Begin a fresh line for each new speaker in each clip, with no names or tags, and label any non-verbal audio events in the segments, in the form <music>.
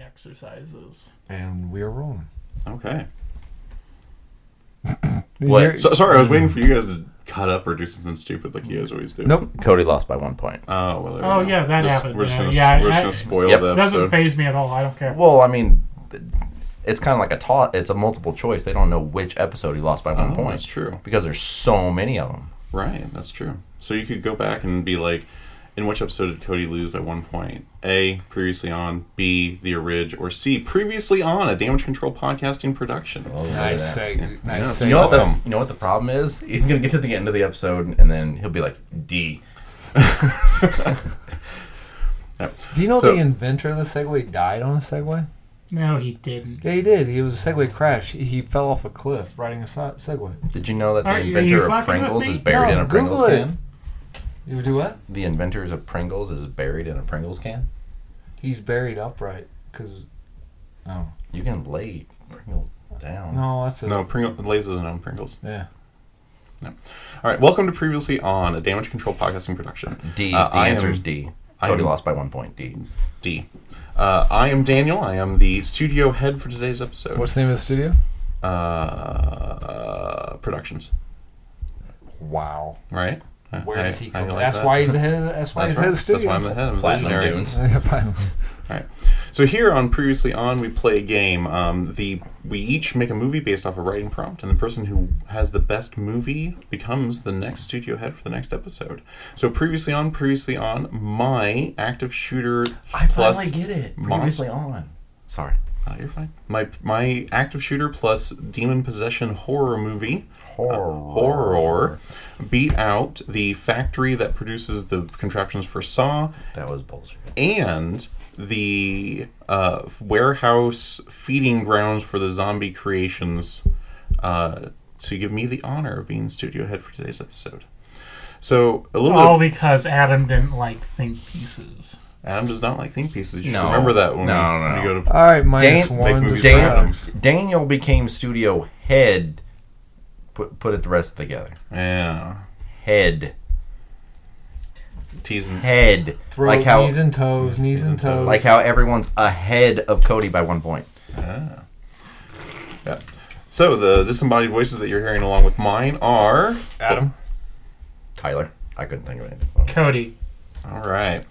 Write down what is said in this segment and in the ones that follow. exercises.
and we are rolling.
Okay.
You're-
So, sorry, I was waiting for you guys to cut up or do something stupid like you guys always do.
Nope.
Cody lost by one point.
Oh well. There we
Oh,
go.
yeah, that
Just-
happened,
We're just
yeah.
gonna,
Yeah,
we're just
I-
gonna spoil
Yep.
the
Doesn't
episode.
phase me at all. I don't care.
Well, I mean, it's kind of like a toss. It's a multiple choice. They don't know which episode he lost by one
Oh,
point
that's true.
because there's so many of them.
Right, that's true. So you could go back and be like, in which episode did Cody lose by one point? A, previously on. B, the Ridge. Or C, previously on a damage control podcasting production. <laughs>
Nice seg. Nice
Yeah, so
seg.
You know, what the,
Welcome.
you know what the problem is? He's gonna get to the end of the episode and then he'll be like D.
Yep.
Do you know
So-
the inventor of the Segway died on a Segway?
no, he didn't.
Yeah, he did. He was a Segway crash. He- He fell off a cliff riding a se- Segway.
Did you know that the
Are you- are you
inventor of
fucking with
Pringles
me?
is buried in
No,
a Pringles
Google it.
can?
You do what?
The inventors of Pringles is buried in a Pringles can.
He's buried upright because. Oh
You can lay Pringle down.
no, that's a
No, Pringle, Lay's isn't on Pringles.
yeah.
All right, welcome to Previously on a damage control podcasting production.
D.
Uh,
the
I
answer
am-
is D.
I
Cody
am-
lost by one point. D.
D. Uh, I am Daniel. I am the studio head for today's episode.
What's the name of the studio?
uh, productions,
Wow.
right?
Where
I-
does he
I
come?
like
from? that's
that.
why he's the head. Of the, that's why
That's,
he's
right.
head of the studio.
That's why I'm the head. I'm the
Platinum
visionary.
Dunes.
<laughs>
All right. So here on previously on, we play a game. Um, the we each make a movie based off a writing prompt, and the person who has the best movie becomes the next studio head for the next episode. So previously on, previously on, my active shooter
I
plus
finally get it.
monster-
Previously on. Sorry.
Oh, you're fine. My my active shooter plus demon possession horror movie
Horror.
horror beat out the factory that produces the contraptions for Saw
That was bullshit.
and the uh, warehouse feeding grounds for the zombie creations uh, to give me the honor of being studio head for today's episode. So a little
Oh.
All
bit.
because Adam didn't like think pieces.
Of, Adam does not like think pieces. You should
No.
remember that when,
No,
we,
no,
when
no.
you go to.
All right, minus
Dan-
one.
Make
to
movies
Scott.
for
Dan-
Adams.
Daniel became studio head. Put put it the rest together.
Yeah,
Head.
teasing.
Head.
Throat,
like how
knees and toes, knees and toes.
like how everyone's ahead of Cody by one point.
Ah. Yeah. So the disembodied voices that you're hearing along with mine are.
Adam.
Tyler. I couldn't think of anything.
Cody,
All right.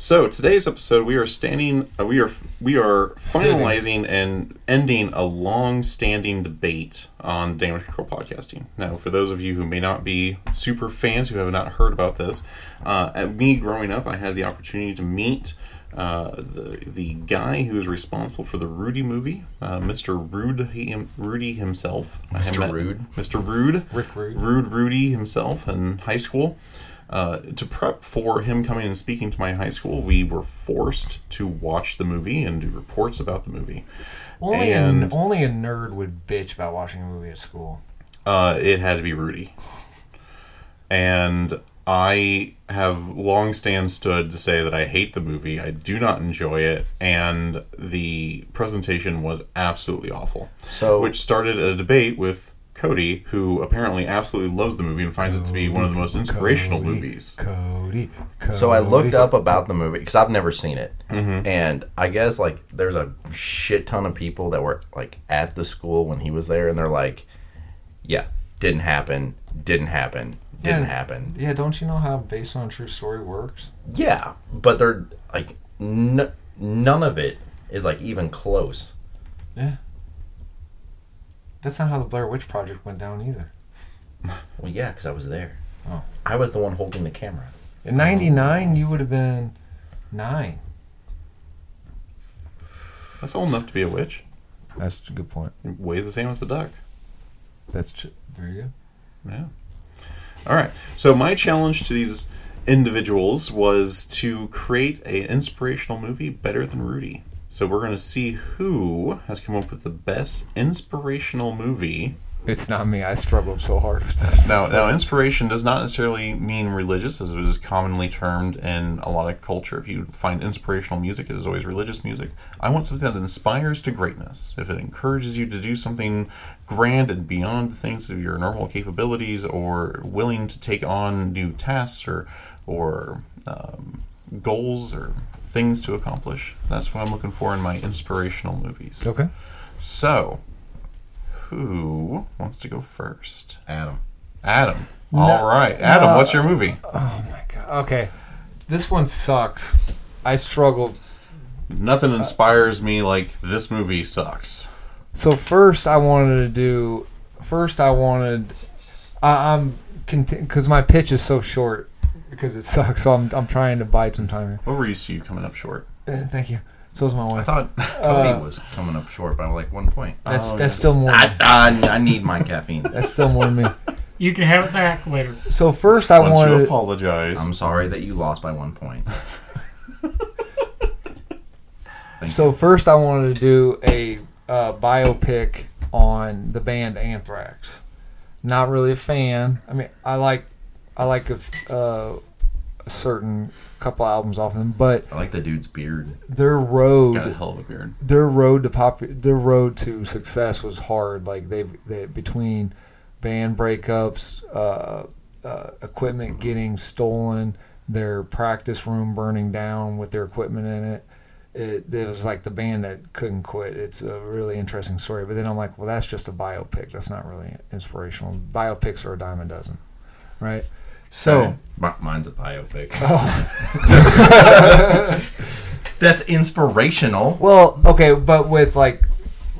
So today's episode, we are standing, uh, we are we are finalizing and ending a long-standing debate on damage control podcasting. Now, for those of you who may not be super fans who have not heard about this, uh, at me growing up, I had the opportunity to meet uh, the the guy who is responsible for the Rudy movie, uh, Mr. Rude him, Rudy himself. I have
Mr.
met-
Rude?
Mr. Rude.
Rick Rude.
Rude Rudy himself in high school. Uh, to prep for him coming and speaking to my high school, we were forced to watch the movie and do reports about the movie.
Only a,
and-
only a nerd would bitch about watching a movie at school.
Uh, it had to be Rudy. And I have long stand stood to say that I hate the movie. I do not enjoy it, and the presentation was absolutely awful.
So-
which started a debate with Cody, who apparently absolutely loves the movie and finds it to be one of the most inspirational
Cody,
movies.
Cody, Cody.
So I looked up about the movie because I've never seen it, and I guess like there's a shit ton of people that were like at the school when he was there, and they're like, "Yeah, didn't happen, didn't happen, didn't
Yeah.
happen."
Yeah, don't you know how based on a true story works?
Yeah, but they're like n- none of it is like even close.
Yeah. That's not how the Blair Witch Project went down either.
Well, yeah, because I was there.
Oh.
I was the one holding the camera.
In '99, you would have been nine.
That's old enough to be a witch.
That's a good point.
It weighs the same as the duck.
That's tr- very good.
Yeah. All right. So my challenge to these individuals was to create an inspirational movie better than Rudy. So we're going to see who has come up with the best inspirational movie.
It's not me. I struggled so hard with that.
Now, now inspiration does not necessarily mean religious as it is commonly termed in a lot of culture. If you find inspirational music, it is always religious music. I want something that inspires to greatness. If it encourages you to do something grand and beyond the things of your normal capabilities or willing to take on new tasks or or um, goals or things to accomplish. That's what I'm looking for in my inspirational movies.
Okay.
So, who wants to go first?
Adam.
Adam. All right. Adam, what's your movie?
Okay. This one sucks. I struggled.
Nothing inspires me like this movie sucks.
So first, I wanted to do. First, I wanted. I, I'm because my pitch is so short because it sucks. So I'm I'm trying to bide some time here.
What were you to you coming up short?
Uh, thank you. So is my
I
wife.
thought Cody was coming up short by like one point.
That's
Oh,
that's
yes.
still more.
<laughs> I, I, I need my <laughs> caffeine.
that's still more than me.
You can have it back later.
So first, I
Once you
wanted.
apologize.
I'm sorry that you lost by one point.
So first, I wanted to do a uh, biopic on the band Anthrax. Not really a fan. I mean, I like I like a, f- uh, a certain couple albums off them, but
I like the dude's beard.
their
Got a
road
hell of a beard.
their road to pop their road to success was hard. Like they they between band breakups, uh, uh, equipment getting stolen, their practice room burning down with their equipment in it. It, it was like the band that couldn't quit. It's a really interesting story. But then I'm like, well, that's just a biopic. That's not really inspirational. Biopics are a dime a dozen, right? So.
Mi- mine's a
<laughs>
biopic.
Oh.
<laughs> That's inspirational.
Well, okay, but with like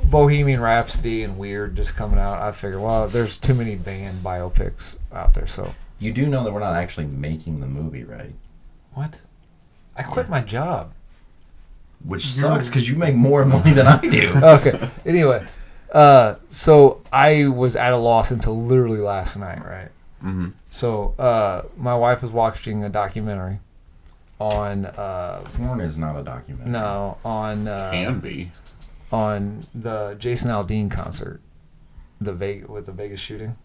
Bohemian Rhapsody and Weird just coming out, I figure, well, there's too many band biopics out there. So
You do know that we're not actually making the movie, right?
what? I quit my job.
Which
You're-
sucks because you make more money than I do.
<laughs> Okay. anyway, uh, so I was at a loss until literally last night, right?
Mhm.
So uh, my wife was watching a documentary on uh,
Porn is not a documentary.
no on uh,
Can be.
on the Jason Aldean concert, the Vegas with the Vegas shooting.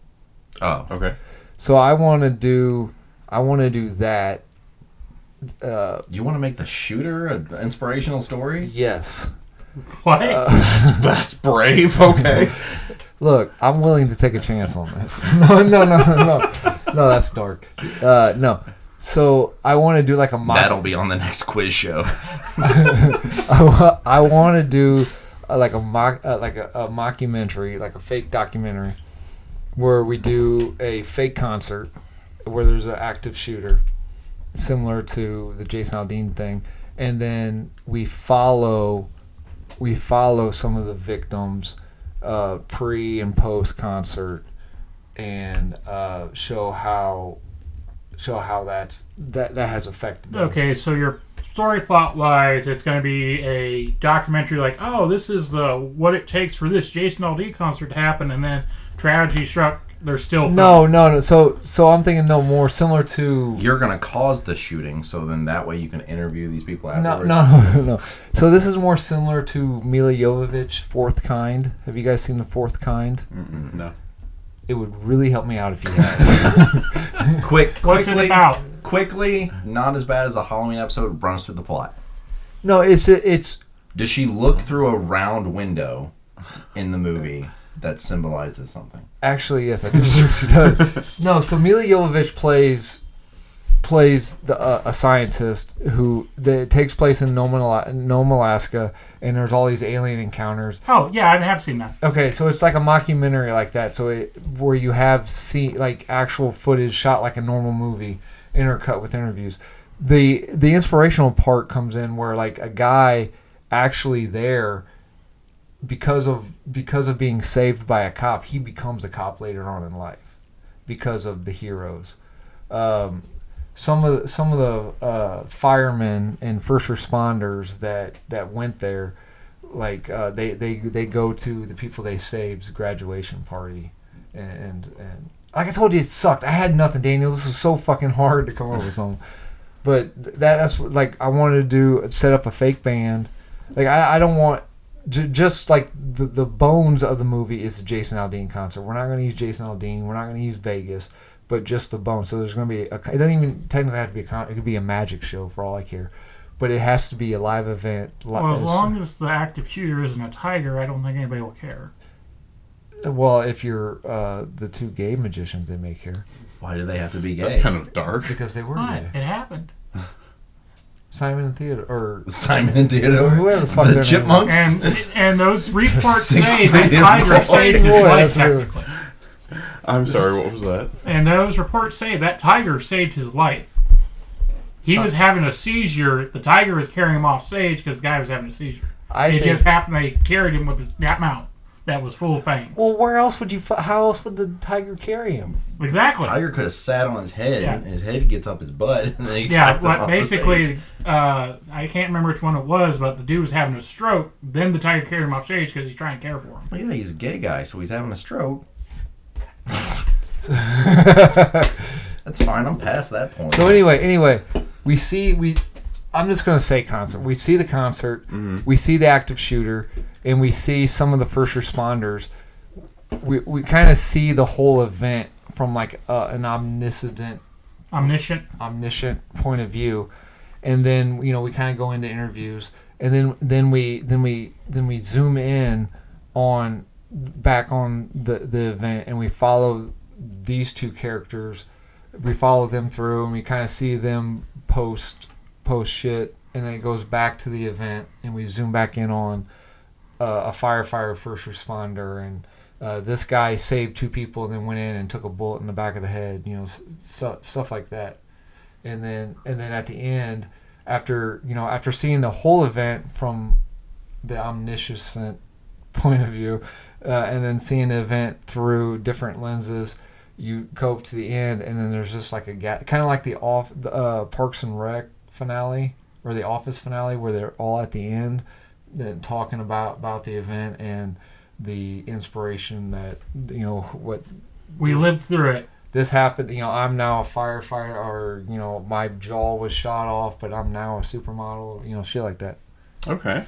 Oh,
Okay.
So I want to do, I want to do that. Uh,
you want to make the shooter an inspirational story?
yes.
<laughs> What?
<laughs> That's brave. <laughs> Okay.
Look, I'm willing to take a chance on this. <laughs> No, no, no, no, no. No, that's dark. Uh, no. So I want to do like a mock.
That'll be on the next quiz show.
I, wa- <laughs> I want to do uh, like a mock, uh, like a, a mockumentary, like a fake documentary, where we do a fake concert where there's an active shooter, similar to the Jason Aldean thing, and then we follow, we follow some of the victims, uh, pre and post concert, and uh, show how, show how that's that that has affected. them.
Okay, so your story plot wise, it's going to be a documentary like, oh, this is the what it takes for this Jason Aldean concert to happen, and then tragedy struck. They're still
No, no, no. So, so I'm thinking no more similar to
You're gonna cause the shooting, so then that way you can interview these people
no, <laughs>
afterwards.
no, no. So this is more similar to Mila Jovovich, Fourth Kind. Have you guys seen the Fourth Kind?
Mm, no.
It would really help me out if you had. <laughs>
Quick,
What's it
quickly,
about?
quickly. Not as bad as the Halloween episode. Runs through the plot.
no, it's it's
Does she look through a round window in the movie that symbolizes something?
actually yes, I do believe she does. No, so Mila Jovovich plays plays the, uh, a scientist who that it takes place in Nome, Ala- Nome, Alaska, and there's all these alien encounters.
Oh yeah, I have seen that.
Okay, so it's like a mockumentary like that. So it where you have see like actual footage shot like a normal movie, intercut with interviews. The the inspirational part comes in where like a guy actually there because of because of being saved by a cop, he becomes a cop later on in life because of the heroes. Um, some of the, some of the uh, firemen and first responders that that went there, like uh, they they they go to the people they saved's graduation party, and and like I told you, it sucked. I had nothing, Daniel. This was so fucking hard to come up with something. But that, that's what, like I wanted to do set up a fake band. Like I, I don't want j- just like the, the bones of the movie is the Jason Aldean concert. We're not going to use Jason Aldean. We're not going to use Vegas, but just the bones. So there's going to be a. It doesn't even technically have to be a concert. It could be a magic show for all I care, but it has to be a live event. Li-
Well, as long as the active shooter isn't a tiger, I don't think anybody will care.
well, if you're uh, the two gay magicians, they may care
Why do they have to be gay?
That's kind of dark.
because they were
But
gay.
it happened.
Simon and Theodore, or
Simon and Theodore,
Whoever the fuck their name is.
chipmunks.
And and those Greek parts say that
Siegfried and
Tiger
Roy.
saved his
Roy,
life
that's true.
technically.
I'm sorry, what was that?
And those reports say that tiger saved his life. He was having a seizure. The tiger was carrying him off stage because the guy was having a seizure.
I
it
think-
just happened they carried him with his, that mount that was full of fangs.
Well, where else would you? fu- How else would the tiger carry him?
Exactly.
Tiger could have sat on his head,
Yeah.
and his head gets up his butt, and then he
Yeah,
dropped him
but
off the
basically,
stage.
uh, I can't remember which one it was, but the dude was having a stroke. Then the tiger carried him off stage because he's trying to care for him.
Well, yeah, he's a gay guy, so he's having a stroke. That's fine. I'm past that point.
So anyway, anyway, we see we. I'm just gonna say concert. We see the concert. We see the active shooter, and we see some of the first responders. We we kind of see the whole event from like uh, an omniscient
Omniscient.
omniscient point of view and then you know we kind of go into interviews and then then we then we then we zoom in on back on the the event and we follow these two characters we follow them through and we kind of see them post post shit and then it goes back to the event and we zoom back in on uh, a firefighter first responder and uh, this guy saved two people and then went in and took a bullet in the back of the head you know s- stu- stuff like that and then and then at the end after you know after seeing the whole event from the omniscient point of view uh, and then seeing the event through different lenses you go to the end and then there's just like a gap kind of like the off the uh, parks and rec finale or the office finale where they're all at the end then talking about about the event and the inspiration that you know what
We lived through it.
this happened you know i'm now a firefighter or you know my jaw was shot off but i'm now a supermodel you know shit like that
Okay.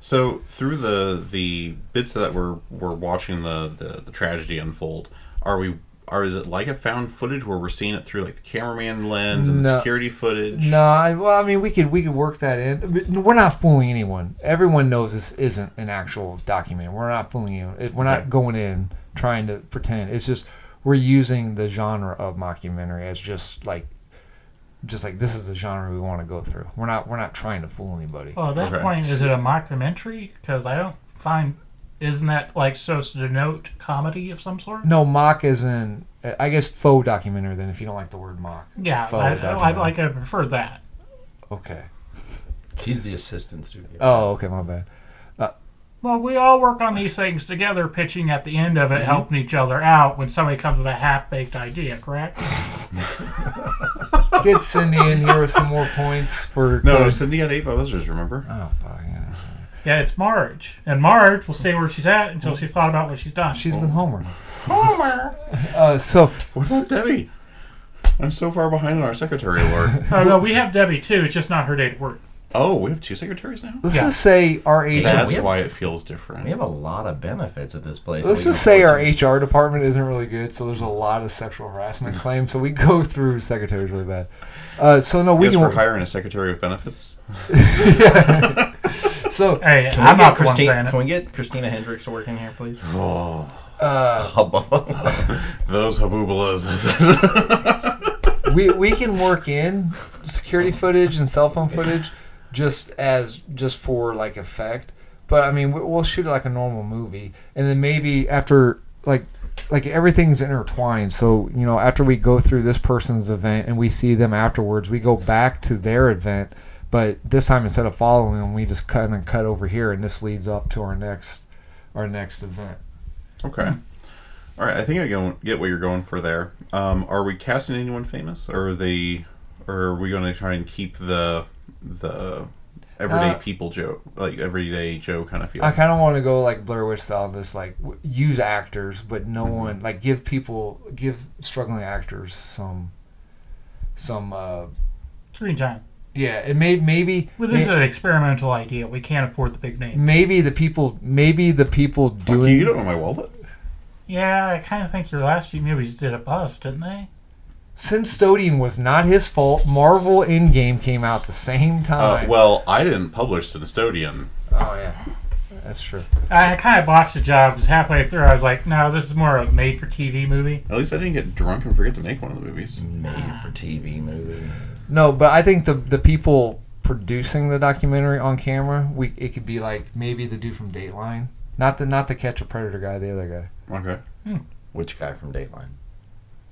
So through the the bits that we're we're watching the, the the tragedy unfold, are we are is it like a found footage where we're seeing it through like the cameraman lens and the
No.
security footage?
no I, well i mean we could we could work that in But we're not fooling anyone everyone knows this isn't an actual document we're not fooling you It- we're not
Okay.
going in trying to pretend it's just we're using the genre of mockumentary as just like just like this is the genre we want to go through we're not we're not trying to fool anybody
Well, at that
Okay.
point, is it a mockumentary? Because I don't find. Isn't that like supposed to denote comedy of some sort?
no mock is in i guess faux documentary then if you don't like the word mock
Yeah,
Faux
I, I,
documentary.
like I prefer that.
okay
he's the assistant studio.
Oh, okay, my bad.
Well, we all work on these things together, pitching at the end of
Mm-hmm.
it, helping each other out when somebody comes with a half baked idea, correct?
Get Cindy in here with some more points for.
No, no, Cindy had eight buzzers, remember?
Oh fuck yeah.
yeah, it's Marge. And Marge will stay where she's at until she's thought about what she's done.
She's
Oh.
been Homer. Homer. <laughs> Uh, so
What's up, Debbie? I'm so far behind on our secretary lord.
<laughs> Oh, no, we have Debbie too. It's just not her day to work.
oh, we have two secretaries now?
let's
Yeah.
just say our HR.
That's
we have-
why it feels
We
different.
have a lot of benefits at this place.
Let's
that we
just say
can
our
afford
HR department isn't really good, so there's a lot of sexual harassment claims. So we go through secretaries really bad. Uh, so no, we
Guess
can.
we're
work
hiring a secretary with benefits.
So
Hey,
to. Can we
I'm not
get
the one
Christine-
saying
Can
it.
we get Christina Hendricks to work in here, please? <sighs>
Oh,
Hubbub.
those haboobalas.
we we can work in security footage and cell phone footage just as just for like effect but i mean we- we'll shoot it like a normal movie and then maybe after like like everything's intertwined so you know after we go through this person's event and we see them afterwards we go back to their event but this time instead of following them we just cut and cut over here and this leads up to our next our next event
okay. All right, I think I go- get what you're going for there. Um, are we casting anyone famous, or are they, or are we going to try and keep the the everyday
Uh,
people joke, like everyday Joe kind of feel?
I kind of want to go like Blair Witch style, just like w- use actors, but no
Mm-hmm.
one like give people give struggling actors some some uh
Screen time.
yeah. It may maybe
Well, this is
may-
an experimental idea. We can't afford the big name.
maybe the people maybe the people
Fuck you,
doing
you don't know my wallet.
Yeah, I kind of think your last few movies did a bust, didn't they?
since Stodium was not his fault. Marvel Endgame came out the same
Uh,
time.
well, I didn't publish Sinistodium.
oh yeah, that's true.
I kind of botched the job because halfway through I was like, no, this is more of a made for TV movie.
At least I didn't get drunk and forget to make one of the movies.
Made for TV movie.
No, but I think the the people pr- producing the documentary on camera, we it could be like maybe the dude from Dateline, not the not the Catch a Predator guy, the other guy.
Okay.
Which guy from Dateline?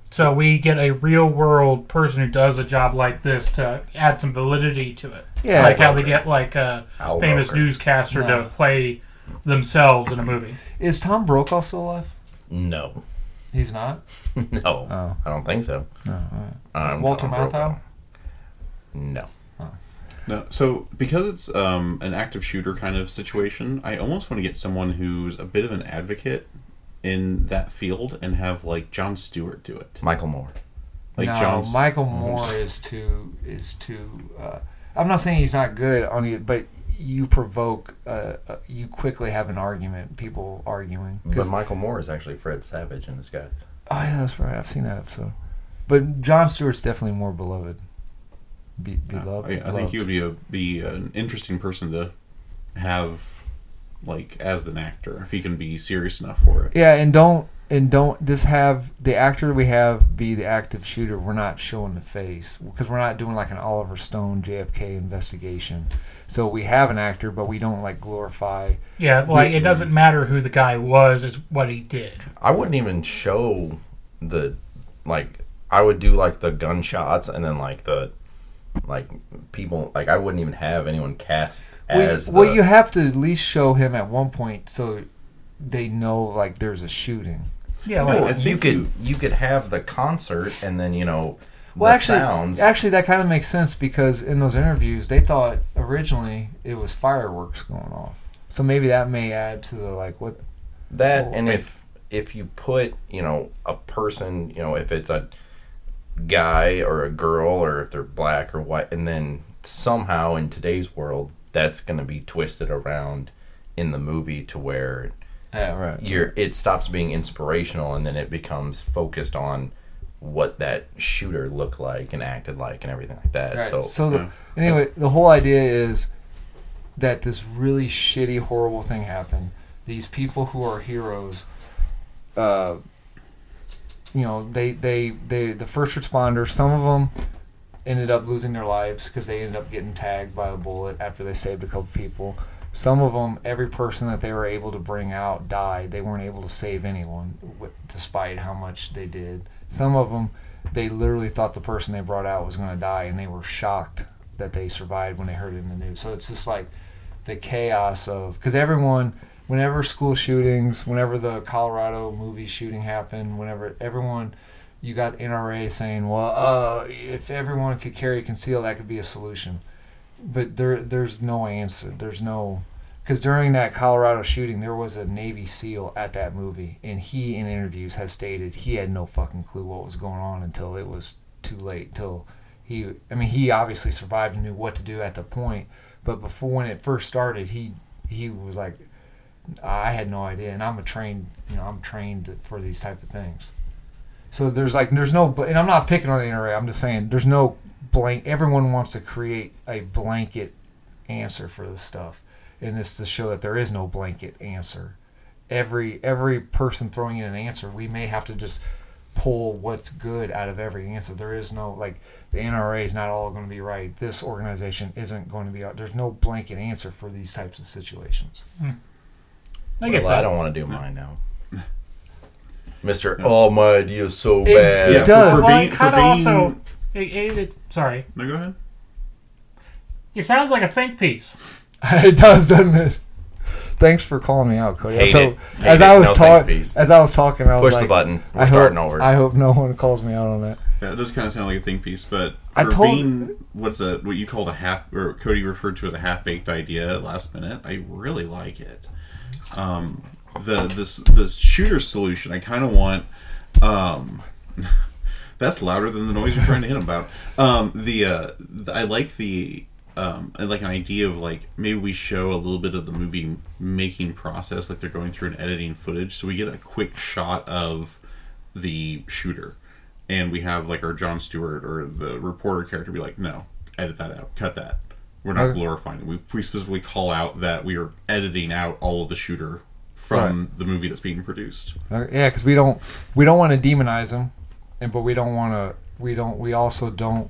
So we get a real world person who does a job like this to add some validity to it.
Yeah,
like
like,
how they get like a
Al
famous
Roker.
newscaster
No.
to play themselves in a movie.
is Tom Brokaw still alive?
No, <laughs>
He's not.
no,
Oh.
I don't think so.
No. all right.
Um,
Walter
Tom Brokaw.
Matthau.
No.
No, so because it's um, an active shooter kind of situation, I almost want to get someone who's a bit of an advocate in that field and have like John Stewart do it,
Michael Moore.
like
no,
John. S-
Michael Moore is too is too. Uh, I'm not saying he's not good on it, but you provoke. Uh, uh, you quickly have an argument. People arguing.
But Michael Moore is actually Fred Savage in disguise.
Oh yeah, that's right. I've seen that episode. But John Stewart's definitely more beloved. Be, beloved.
Oh, I, I think he would be a, be an interesting person to have, like as an actor, if he can be serious enough for it.
Yeah, and don't and don't just have the actor we have be the active shooter. We're not showing the face because we're not doing like an Oliver Stone JFK investigation. So we have an actor, but we don't like glorify.
Yeah, like it doesn't matter who the guy was, it's what he did.
I wouldn't even show the like I would do like the gunshots and then like the like people like I wouldn't even have anyone cast
Well,
as
you, well,
the,
you have to at least show him at one point so they know like there's a shooting.
Yeah,
No,
like,
I
Well, you
think
could
you-
you, could have the concert and then you know
Well,
the
actually,
sounds
actually, that kind of makes sense because in those interviews, they thought originally it was fireworks going off. So maybe that may add to the like what
that
well,
and
like-
if if you put you know a person you know if it's a guy or a girl or if they're black or white and then somehow in today's world that's going to be twisted around in the movie to where Uh,
yeah, right.
you're it stops being inspirational and then it becomes focused on what that shooter looked like and acted like and everything like that.
Right.
So,
So, the, anyway, the whole idea is that this really shitty, horrible thing happened. These people who are heroes, uh, you know, they, they, they, the first responders, some of them ended up losing their lives because they ended up getting tagged by a bullet after they saved a couple people. Some of them, every person that they were able to bring out died. They weren't able to save anyone, w- despite how much they did. Some of them, they literally thought the person they brought out was going to die, and they were shocked that they survived when they heard it in the news. So it's just like the chaos of because everyone, whenever school shootings, whenever the Colorado movie shooting happened, whenever everyone, you got NRA saying, well, uh, if everyone could carry concealed, that could be a solution but there there's no answer. There's no because during that Colorado shooting, there was a Navy SEAL at that movie, and he in interviews has stated he had no fucking clue what was going on until it was too late. Till he, I mean, he obviously survived and knew what to do at the point, but before when it first started, he he was like, I had no idea, and I'm a trained, you know, I'm trained for these type of things. So there's like there's no, and I'm not picking on the NRA. I'm just saying there's no blank. Everyone wants to create a blanket answer for this stuff, and it's to show that there is no blanket answer. Every every person throwing in an answer, we may have to just pull what's good out of every answer. There is no like the NRA is not all going to be right. This organization isn't going to be. out. There's no blanket answer for these types of situations.
I get
well, I
that.
don't want to do mine now. Mister, oh my idea is so bad.
it
for-
does.
For,
Well, it
being, for
kind of
being,
also. It, it, it, sorry,
No, go ahead.
it sounds like a think piece.
<laughs> it does, doesn't it? Thanks for calling me out, Cody.
Hate
so
it. Hate
as
it.
I was
No thanks,
talking,
please.
as I was talking, I was
Push
like,
the button. We're
I hope,
starting over.
I hope no one calls me out on that.
Yeah, it does kind of sound like a think piece, but
I
for
told-
being what's a what you called a half or Cody referred to as a half baked idea at last minute, I really like it. Um, the this this shooter solution, I kind of want. Um, that's louder than the noise you're trying to hit about. Um, the, uh, the I like the um, I like an idea of like maybe we show a little bit of the movie making process, like they're going through and editing footage, so we get a quick shot of the shooter, and we have like our John Stewart or the reporter character be like, no, edit that out, cut that. We're not
Okay.
glorifying it. We, we specifically call out that we are editing out all of the shooter from the movie that's being produced.
Uh, Yeah, because we don't we don't want to demonize them, and but we don't want to we don't we also don't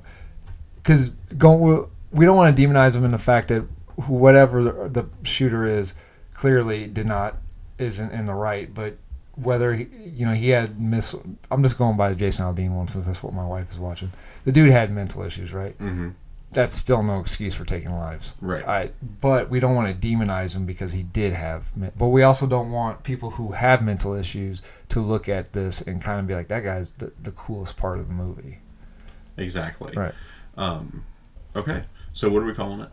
because going we don't want to demonize them in the fact that whatever the, the shooter is clearly did not isn't in the right, but whether he, you know he had mis I'm just going by the Jason Aldean one since that's what my wife is watching. The dude had mental issues, right?
Mm-hmm.
That's still no excuse for taking lives.
Right.
I, but we don't want to demonize him because he did have. men- But we also don't want people who have mental issues to look at this and kind of be like, "That guy's the, the coolest part of the movie."
Exactly.
Right.
Um, okay. So what are we calling it?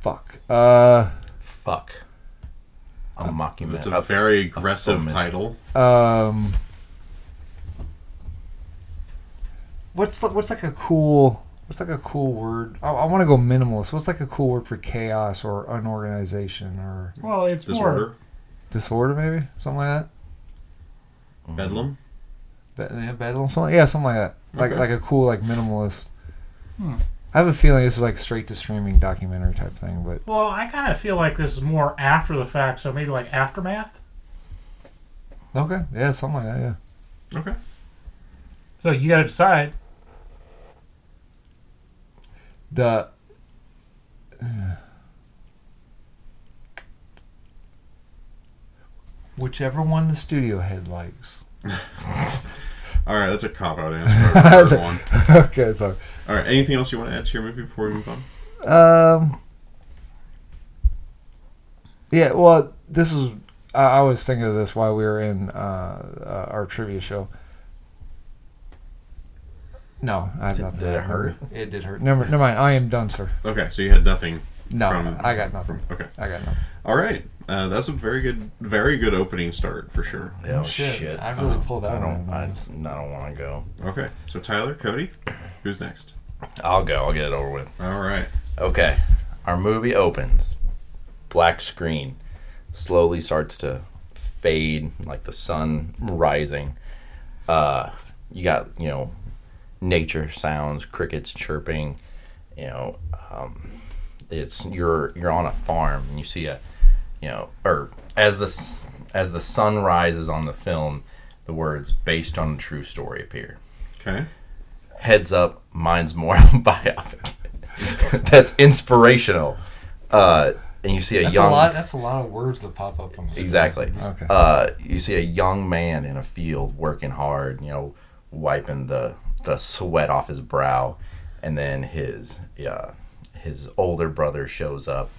Fuck. Uh,
Fuck. A
It's
mockumentary.
a very aggressive
film.
title.
um, what's li- what's like a cool what's like a cool word? I, I want to go minimalist. What's like a cool word for chaos or unorganization or
Well, it's more.
Disorder.
disorder? Maybe something like that.
Mm-hmm.
Bedlam.
Be- yeah, bedlam, something, yeah, something like that. Like
Okay.
like a cool like minimalist.
Hmm.
I have a feeling this is like straight to streaming documentary type thing, but
Well, I kind of feel like this is more after the fact, so maybe like aftermath.
okay, yeah, something like that. Yeah,
Mm-hmm.
Okay.
So you got to decide.
the <sighs> whichever one the studio head likes.
All right. That's a cop out
<laughs>
answer. I prefer one.
<laughs> okay, sorry.
All right. Anything else you want to add to your movie before we move on?
Um. Yeah, well, this is. I, I was thinking of this while we were in uh, uh, our trivia show. No, I have
Did-
nothing.
did
to
it
add.
hurt?
It did hurt. Never, never mind. I am done, sir.
Okay. So you had nothing.
No,
From-
I got nothing.
From, okay.
I got nothing.
All right. Uh, that's a very good, very good opening start for sure.
Yeah,
Shit,
Oh, shit.
I really pulled that
I don't.
one.
I, I don't want to go.
Okay. So Tyler, Cody, who's next?
I'll go. I'll get it over with.
All right.
Okay. Our movie opens. Black screen slowly starts to fade, like the sun rising. Uh, you got, you know, nature sounds, crickets chirping, you know, um, it's you're you're on a farm and you see a you know, or as the s- as the sun rises on the film, the words based on a true story appear
Okay.
heads up, mine's more <laughs> biopic. <laughs> That's inspirational. Uh, and you see a
That's
young
a lot. That's a lot of words that pop up on the screen.
exactly.
Okay.
Uh, you see a young man in a field working hard, you know, wiping the the sweat off his brow, and then his uh, his older brother shows up,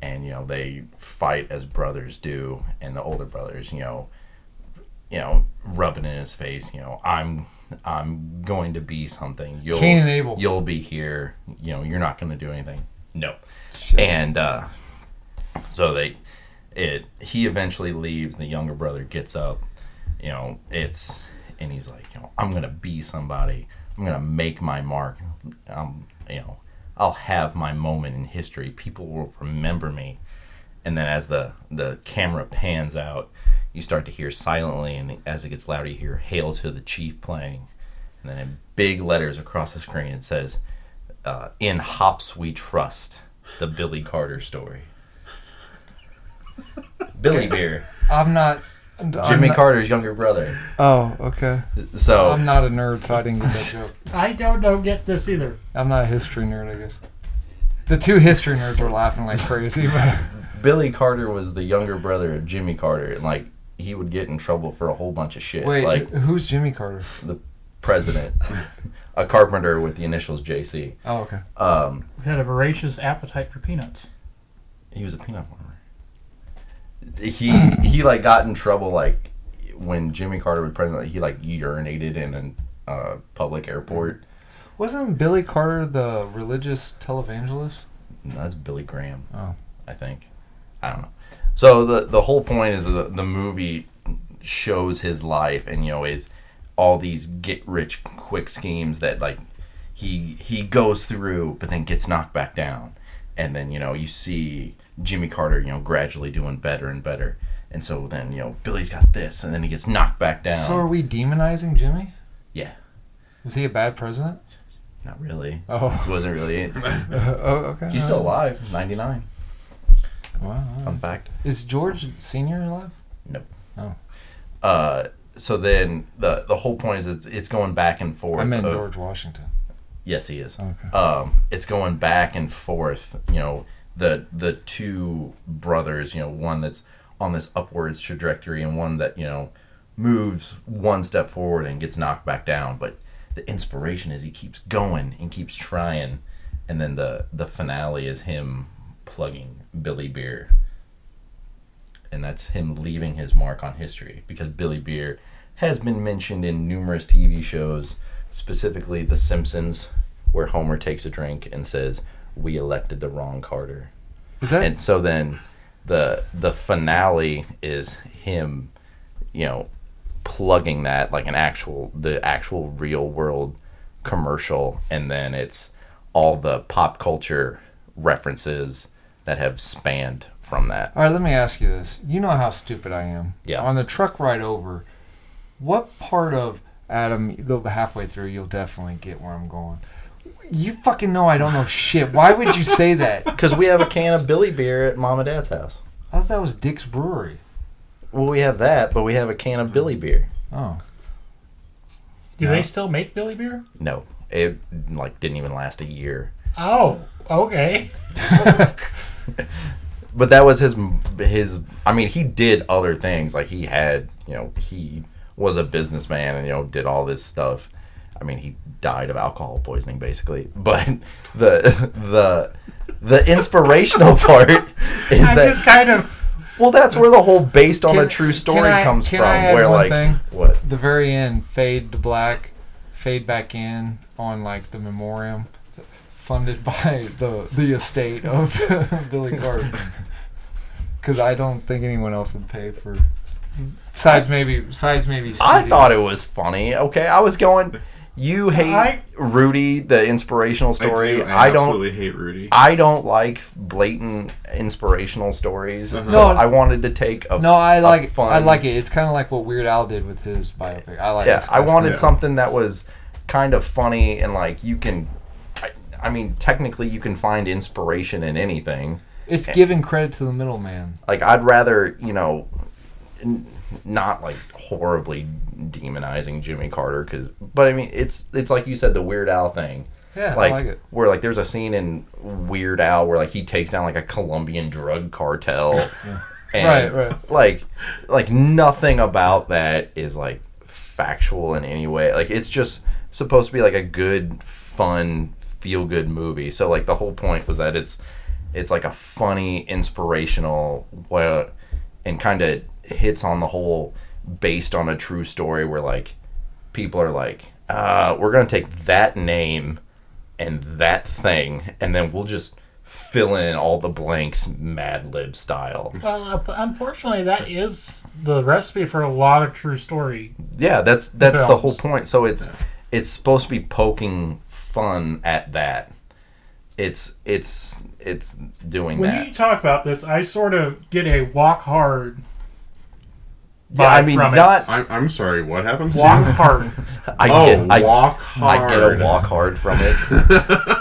and you know they fight as brothers do, and the older brothers, you know, you know, rubbing in his face, you know, I'm I'm going to be something. You'll
Cain and Abel.
you'll be here. You know, you're not going to do anything. No
Shit.
and uh, so they it he eventually leaves the younger brother gets up you know it's and he's like you know i'm gonna be somebody i'm gonna make my mark um you know i'll have my moment in history people will remember me and then as the the camera pans out you start to hear silently and as it gets louder you hear hail to the chief playing and then in big letters across the screen it says uh, in hops we trust the billy
<laughs>
carter story billy beer
I'm not. I'm
jimmy
not-
carter's younger brother
Oh, okay.
so
I'm not a nerd, so I didn't get that joke.
I don't know get this either.
I'm not a history nerd, I guess. The two history nerds were laughing like crazy, but
billy carter was the younger brother of jimmy carter and like he would get in trouble for a whole bunch of shit
wait,
like
who's Jimmy Carter?
the president a carpenter with the initials jc
Oh, okay.
um
We had a voracious appetite for peanuts.
He was a peanut farmer. He he like got in trouble like when Jimmy Carter was president. He like urinated in an uh, public airport.
Wasn't Billy Carter the religious televangelist?
No, that's Billy Graham.
Oh.
I think. I don't know. So the the whole point is the the movie shows his life and you know is all these get rich quick schemes that like he he goes through but then gets knocked back down and then you know you see Jimmy Carter you know gradually doing better and better and so then you know Billy's got this and then he gets knocked back down
So are we demonizing Jimmy?
Yeah.
Was he a bad president?
not really
Oh, <laughs>
it wasn't really it.
oh okay.
he's still alive Um, 99
Wow.
fun fact
Is George Senior alive?
uh so then the the whole point is it's, it's going back and forth
I meant
of-
George Washington.
Yes, he is.
Oh, Okay.
Um, it's going back and forth. You know, the the two brothers. You know, one that's on this upwards trajectory, and one that you know moves one step forward and gets knocked back down. But the inspiration is he keeps going and keeps trying, and then the the finale is him plugging Billy Beer, and that's him leaving his mark on history because Billy Beer has been mentioned in numerous TV shows, specifically The Simpsons, where Homer takes a drink and says, "We elected the wrong Carter."
Is that
and so then the the finale is him you know plugging that like an actual the actual real world commercial and then it's all the pop culture references that have spanned from that
All right, let me ask you this. You know how stupid I am.
Yeah.
On the truck ride over, what part of Adam, though halfway through, you'll definitely get where I'm going. You fucking know I don't know shit. Why would you say that?
because we have a can of billy beer at mom and dad's house
I thought that was Dick's Brewery.
well we have that but we have a can of billy beer
Oh.
Do they still make Billy Beer?
no it like didn't even last a year
Oh, okay.
but that was his his i mean he did other things like he had you know he was a businessman and you know did all this stuff i mean he died of alcohol poisoning basically <laughs> but the the
<laughs>
the inspirational part is
I
that
just kind of.
well that's where the whole based on
Can-
a true story
can I-
comes
can
from
I add
where
one
like
thing?
what
The very end, fade to black, fade back in on like the memoriam funded <laughs> by the the estate of <laughs> Billy
<laughs>
Carter. Because I don't think anyone else would pay for. Besides maybe, besides maybe.
I
Stevie.
thought it was funny. Okay, I was going. You hate
I-
Rudy, the inspirational
I,
story.
do. I,
I don't
absolutely hate Rudy.
I don't like blatant inspirational stories,
Mhm.
so
No.
I wanted to take a
No, I
a
like
fun-
I like it. It's kind of like what Weird Al did with his biopic. I like.
Yeah,
this
I
guy's
wanted
Yeah.
something that was kind of funny and like you can. I, I mean, technically, you can find inspiration in anything.
stuff. It's giving credit to the middleman.
Like, I'd rather you know, n- not like horribly demonizing Jimmy Carter because, but I mean, it's it's like you said, the Weird Al thing.
Yeah,
like,
I like it.
where like there's a scene in Weird Al where like he takes down like a Colombian drug cartel.
<laughs> Right,
And
right.
Like, like nothing about that is like factual in any way. Like it's just supposed to be like a good, fun, feel good movie. So like the whole point was that it's it's like a funny, inspirational, well, and kind of hits on the whole based on a true story where like people are like, uh, we're gonna take that name and that thing, and then we'll just fill in all the blanks Mad Lib style.
<laughs> Well, uh, unfortunately, that is the recipe for a lot of true story.
Yeah, that's that's the
Films.
whole point. So it's it's supposed to be poking fun at that. It's it's it's doing
When
that.
you talk about this, I sort of get a walk hard.
yeah, I
vibe
mean,
from it.
not
I'm, I'm sorry. What happens?
<laughs>
Walk <laughs> hard.
I
Oh,
get I,
walk
I
hard.
get a walk hard from
<laughs>
it.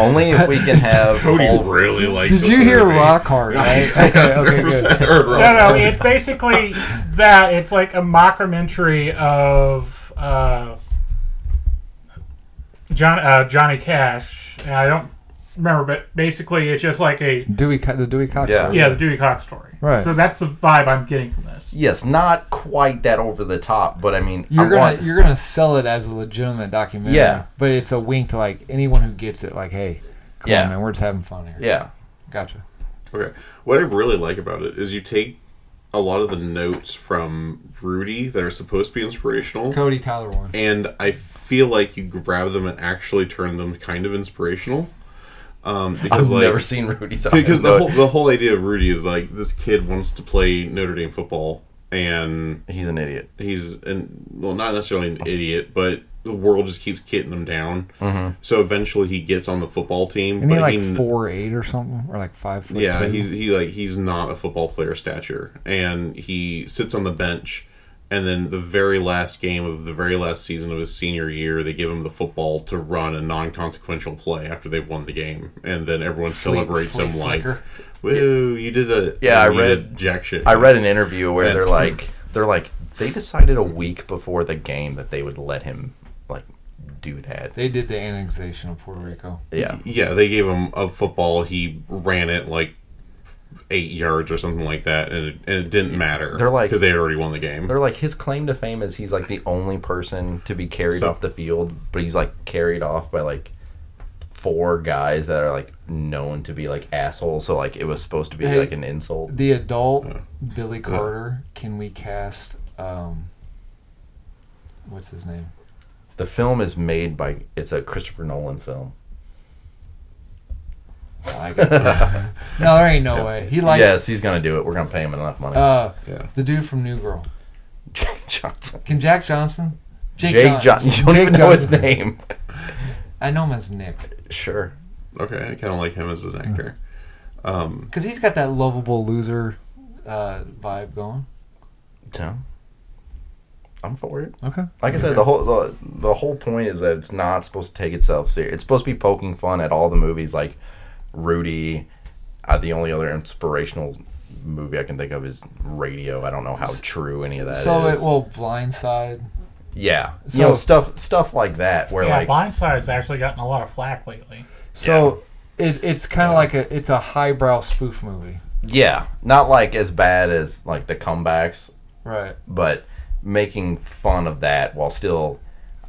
Only if we can have
Cody
all-
really likes.
Did
this
you hear
movie.
rock
<laughs>
hard?
<laughs>
Right? Okay, okay, good.
100% heard rock
No, no,
hard.
it's basically that. It's like a mockumentary of uh, John uh, Johnny Cash. And I don't remember, but basically, it's just like a
Dewey, Co- the Dewey Cox.
Yeah.
song.
yeah, the Dewey Cox story.
Right.
So that's the vibe I'm getting from this.
Yes, not quite that over the top, but I mean,
You're
I
gonna
want-
you're gonna sell it as a legitimate documentary.
Yeah.
But it's a wink to like anyone who gets it. Like, hey, come
Yeah.
on, man, we're just having fun here.
yeah,
Gotcha.
Okay. What I really like about it is you take a lot of the notes from Rudy that are supposed to be inspirational,
Cody Tyler one.
and I feel like you grab them and actually turn them kind of inspirational. Um, because
I've
like
never seen Rudy's
<laughs>
eyes.
because the
though.
whole the whole idea of Rudy is like this kid wants to play Notre Dame football and
he's an idiot.
he's an well not necessarily an idiot but the world just keeps kicking him down so eventually he gets on the football team
Isn't
but
he like
he-
four eight or something, or like five? Foot
yeah
two?
he's he like he's not a football player stature and he sits on the bench and then the very last game of the very last season of his senior year they give him the football to run a non-consequential play after they've won the game and then everyone celebrates
flea
him like
flicker.
woo you did a
Yeah, I
you did
read-
jack shit
I read an interview where
Yeah.
they're like, they're like, they decided a week before the game that they would let him like do that.
They did the annexation of Puerto Rico.
Yeah.
Yeah, they gave him a football. He ran it like eight yards or something like that, and it, and it didn't matter.
They're like-
because they had already won the game.
They're like his claim to fame is he's like the only person to be carried
So-
off the field, but he's like carried off by like four guys that are like known to be like assholes. So like it was supposed to be
Hey.
like an insult.
The adult Billy Carter. Can we cast? Um, what's his name?
The film is made by it's a Christopher Nolan film.
I
<laughs>
got no, there ain't no way. He likes
yes, he's gonna do it. We're gonna pay him enough money.
uh,
Yeah.
the dude from New Girl.
<laughs> Jake Johnson.
Can Jack Johnson?
Jake, Johnson. <laughs> You don't
Jake
even know his
Johnson.
name.
I know him as Nick
Sure.
Okay, I kind of like him as an actor. Um,
because he's got that lovable loser uh, vibe going.
Yeah. I'm for it.
Okay.
Like I said, the whole the, the whole point is that it's not supposed to take itself serious. It's supposed to be poking fun at all the movies, like Rudy. Uh, the only other inspirational movie I can think of is Radio. I don't know how true any of that is.
so it will blindside.
yeah,
so-
you know stuff stuff like that where
yeah,
like
Blindside's actually gotten a lot of flack lately.
So it, it's kind of like a it's a highbrow spoof movie.
yeah, not like as bad as like the comebacks,
Right.
but making fun of that while still.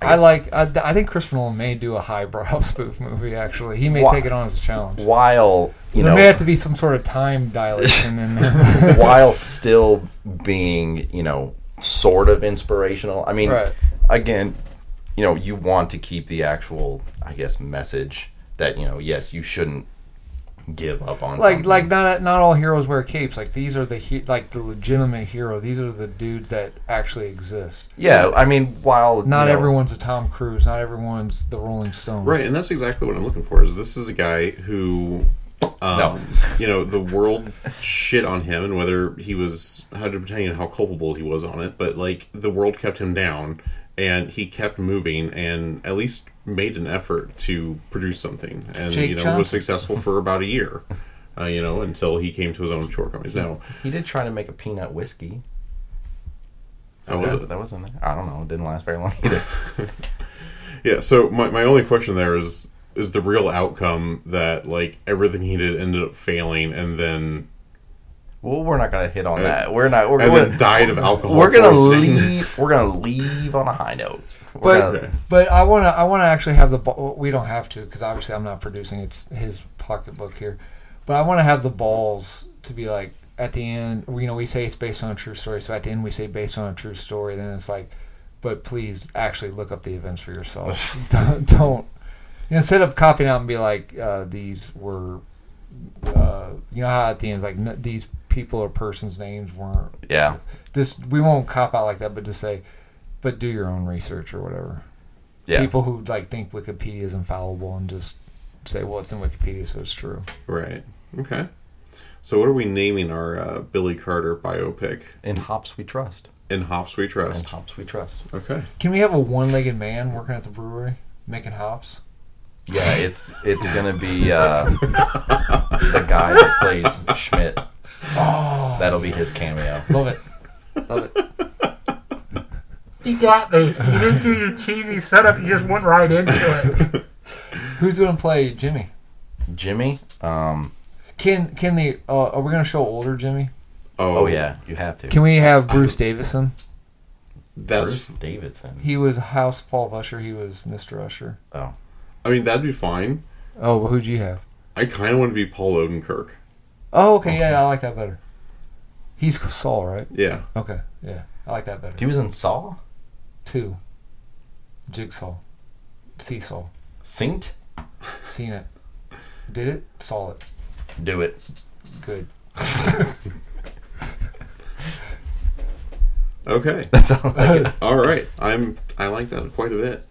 I,
guess-
like. I, I think Christopher Nolan may do a highbrow <laughs> spoof movie. Actually, he may
Why-
take it on as a challenge.
while you
there
know
may have to be some sort of time dilation in
<laughs>
there.
while still being, you know, sort of inspirational. I mean,
Right.
again, you know, you want to keep the actual, I guess, message that you know, yes, you shouldn't give up on
like
something.
like not not all heroes wear capes. Like these are the he, like the legitimate hero. These are the dudes that actually exist.
yeah. I mean, while
Not
you know,
everyone's a Tom Cruise. Not everyone's the Rolling Stones.
right, and that's exactly what I'm looking for. Is this is a guy who, um,
No.
<laughs> you know, the world shit on him, and whether he was how to pretend how culpable he was on it, but like the world kept him down, and he kept moving, and at least made an effort to produce something, and
Jake
you know
Johnson.
was successful for about
<laughs>
a year. Uh, you know, until he came to his own shortcomings. Now,
he did try to make a peanut whiskey.
how Oh, was it?
That, that wasn't there. I don't know. It didn't last very long either.
Yeah, so my, my only question there is is the real outcome that like everything he did ended up failing and then
well, we're not gonna hit on that. We're not. We're
and
gonna.
then died of alcohol.
we're gonna
poisoning.
leave. We're gonna leave on a high note. We're
But
gonna-
but I want to I want to actually have the ball. We don't have to because obviously I'm not producing. It's his pocketbook here, but I want to have the balls to be like at the end. You know, we say it's based on a true story, so at the end we say based on a true story. Then it's like, but please actually look up the events for yourself. <laughs> don't, don't you know, instead of copying out and be like uh, these were. Uh, you know how at the end it's like n- these people or persons' names weren't
yeah.
just we won't cop out like that, but just say, but do your own research or whatever.
Yeah.
People who like think Wikipedia is infallible and just say, well, it's in Wikipedia, so it's true.
<laughs> Right. Okay. So what are we naming our uh, Billy Carter biopic?
In hops we trust.
In Hops We
In
Trust.
hops we trust.
Okay.
Can we have a one-legged man working at the brewery making hops?
Yeah, it's it's gonna be uh, the guy that plays Schmidt.
Oh,
That'll be his cameo.
love <laughs> it, love it.
You got me. You didn't do your cheesy setup. You just went right into it.
Who's gonna play Jimmy?
Jimmy. Um,
Can can the uh, are we gonna show older Jimmy?
Oh,
oh yeah, you have to.
Can we have Bruce Davison?
That's
Bruce Davidson.
He was House Paul Usher. He was Mr. Usher.
Oh,
I mean that'd be fine.
Oh, well, who'd you have?
I kinda want to be Paul Odenkirk.
Oh, okay, yeah, I like that better. He's Saul, right?
Yeah.
Okay, yeah, I like that better.
he was in Saw.
Two. Jigsaw. Seesaw.
Synced.
Seen it. Did it? Saw it.
Do it.
Good.
<laughs>
Okay.
That's all. I get.
All right. I'm I like that quite a bit.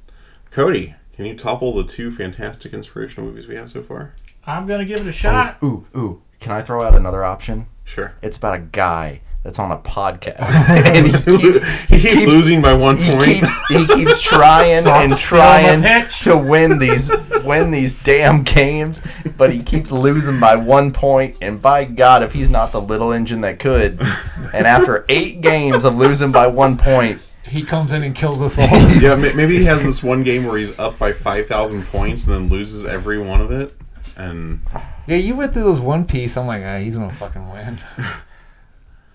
Cody, can you topple the two fantastic inspirational movies we have so far?
I'm gonna give it a shot.
Ooh, ooh. Can I throw out another option?
Sure.
It's about a guy that's on a podcast, and he keeps,
he keeps
keeps-
losing by one
he
point.
keeps he keeps trying and
Stealing
trying
the pitch.
to win these win these damn games, but he keeps losing by one point. And by God, if he's not the little engine that could, and after eight games of losing by one point,
he comes in and kills us <laughs> all.
Yeah, ma- maybe he has this one game where he's up by five thousand points and then loses every one of it. And
yeah, you went through those one piece. I'm like, ah, he's gonna fucking <laughs> win.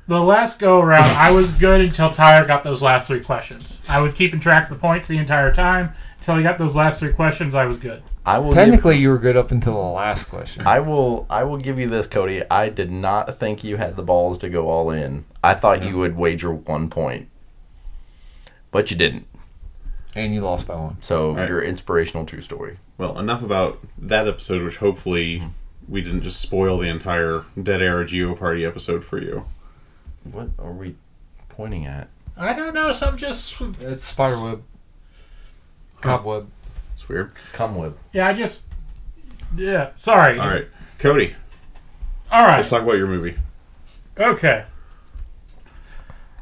The last go around, I was good until Tyler got those last three questions. I was keeping track of the points the entire time. Until he got those last three questions, I was good.
I will give-
Technically, you were good up until the last question.
I will I will give you this, Cody. I did not think you had the balls to go all in. I thought you would wager one point. But you didn't.
and you lost by one.
So
Right.
your inspirational true story.
well, enough about that episode, which hopefully we didn't just spoil the entire Dead Air Geoparty episode for you.
What are we pointing at?
I don't know, some just
It's spiderweb, cobweb.
It's weird.
Come with.
yeah, I just yeah. Sorry.
All right, Cody,
All right.
let's talk about your movie.
Okay.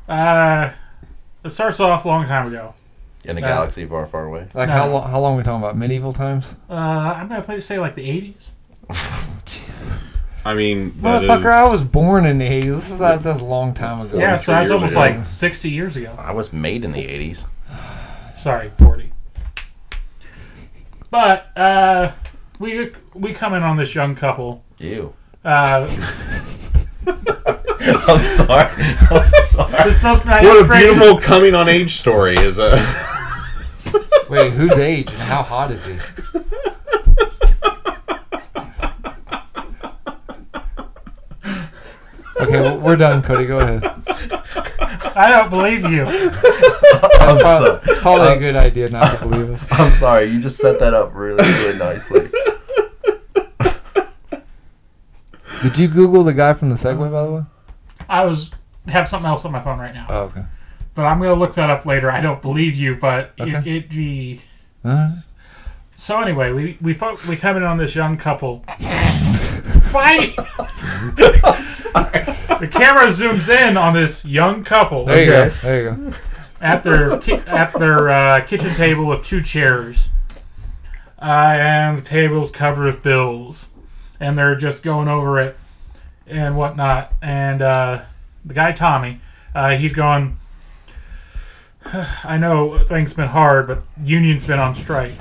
Uh, it starts off a long time ago.
In a
No.
galaxy far, far away.
Like
No.
how long? How long are we talking about? Medieval times?
Uh, I'm gonna say like the 80s.
I mean, that is
Motherfucker, I was born in the eighties. This is that, that's a long time ago.
Yeah, so
43
that's
years
almost
ago.
like 60 years ago.
I was made in the eighties.
Sorry, 40. But uh, we we come in on this young couple.
<laughs> Ew.
Uh,
I'm sorry. <laughs> I'm sorry.
this does not <laughs>
What a
break-
beautiful coming on age story is uh, <laughs> a.
Wait, whose age and how hot <laughs> is he? Okay, well, we're done, Cody. Go ahead.
I don't believe you.
I'm,
Probably,
so,
probably a good idea not to believe us.
<laughs> I'm sorry. You just set that up really, really nicely.
Did you Google the guy from the Segway, by the way?
I was have something else on my phone right now,
Oh, okay.
but I'm gonna look that up later. I don't believe you, but it,
Okay.
it gee.
Uh,
So anyway, we we fo- we come in on this young couple. Fight! <laughs> The camera zooms in on this young couple
there you
Okay.
go. There you go.
at their ki- at their uh, kitchen table with two chairs, uh, and the table's covered with bills, and they're just going over it and whatnot. And uh, the guy Tommy, uh, he's going. I know things been hard, but union's been on strike.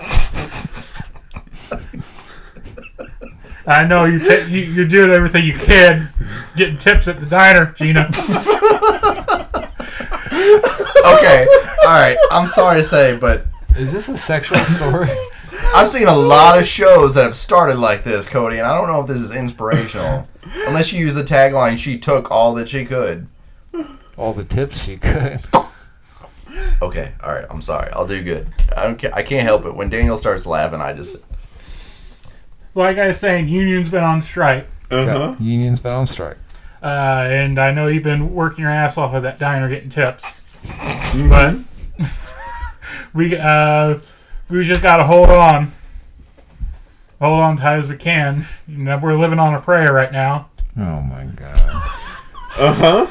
I know you, ta- you you're doing everything you can, getting tips at the diner, Gina.
Okay. All right. I'm sorry to say, but
Is this a sexual <laughs> story?
I've seen a lot of shows that have started like this, Cody, and I don't know if this is inspirational. Unless you use the tagline, she took all that she could.
All the tips you could.
Okay, all right, I'm sorry. I'll do good. I don't. Ca- I can't help it. When Daniel starts laughing, I just.
like I was saying, union's been on strike,
Uh huh.
Yeah, Union's been on strike.
uh, and I know you've been working your ass off at that diner getting tips, but <laughs> we uh, we just got to hold on, hold on tight as we can. You know, we're living on a prayer right now,
Oh my god.
Uh huh.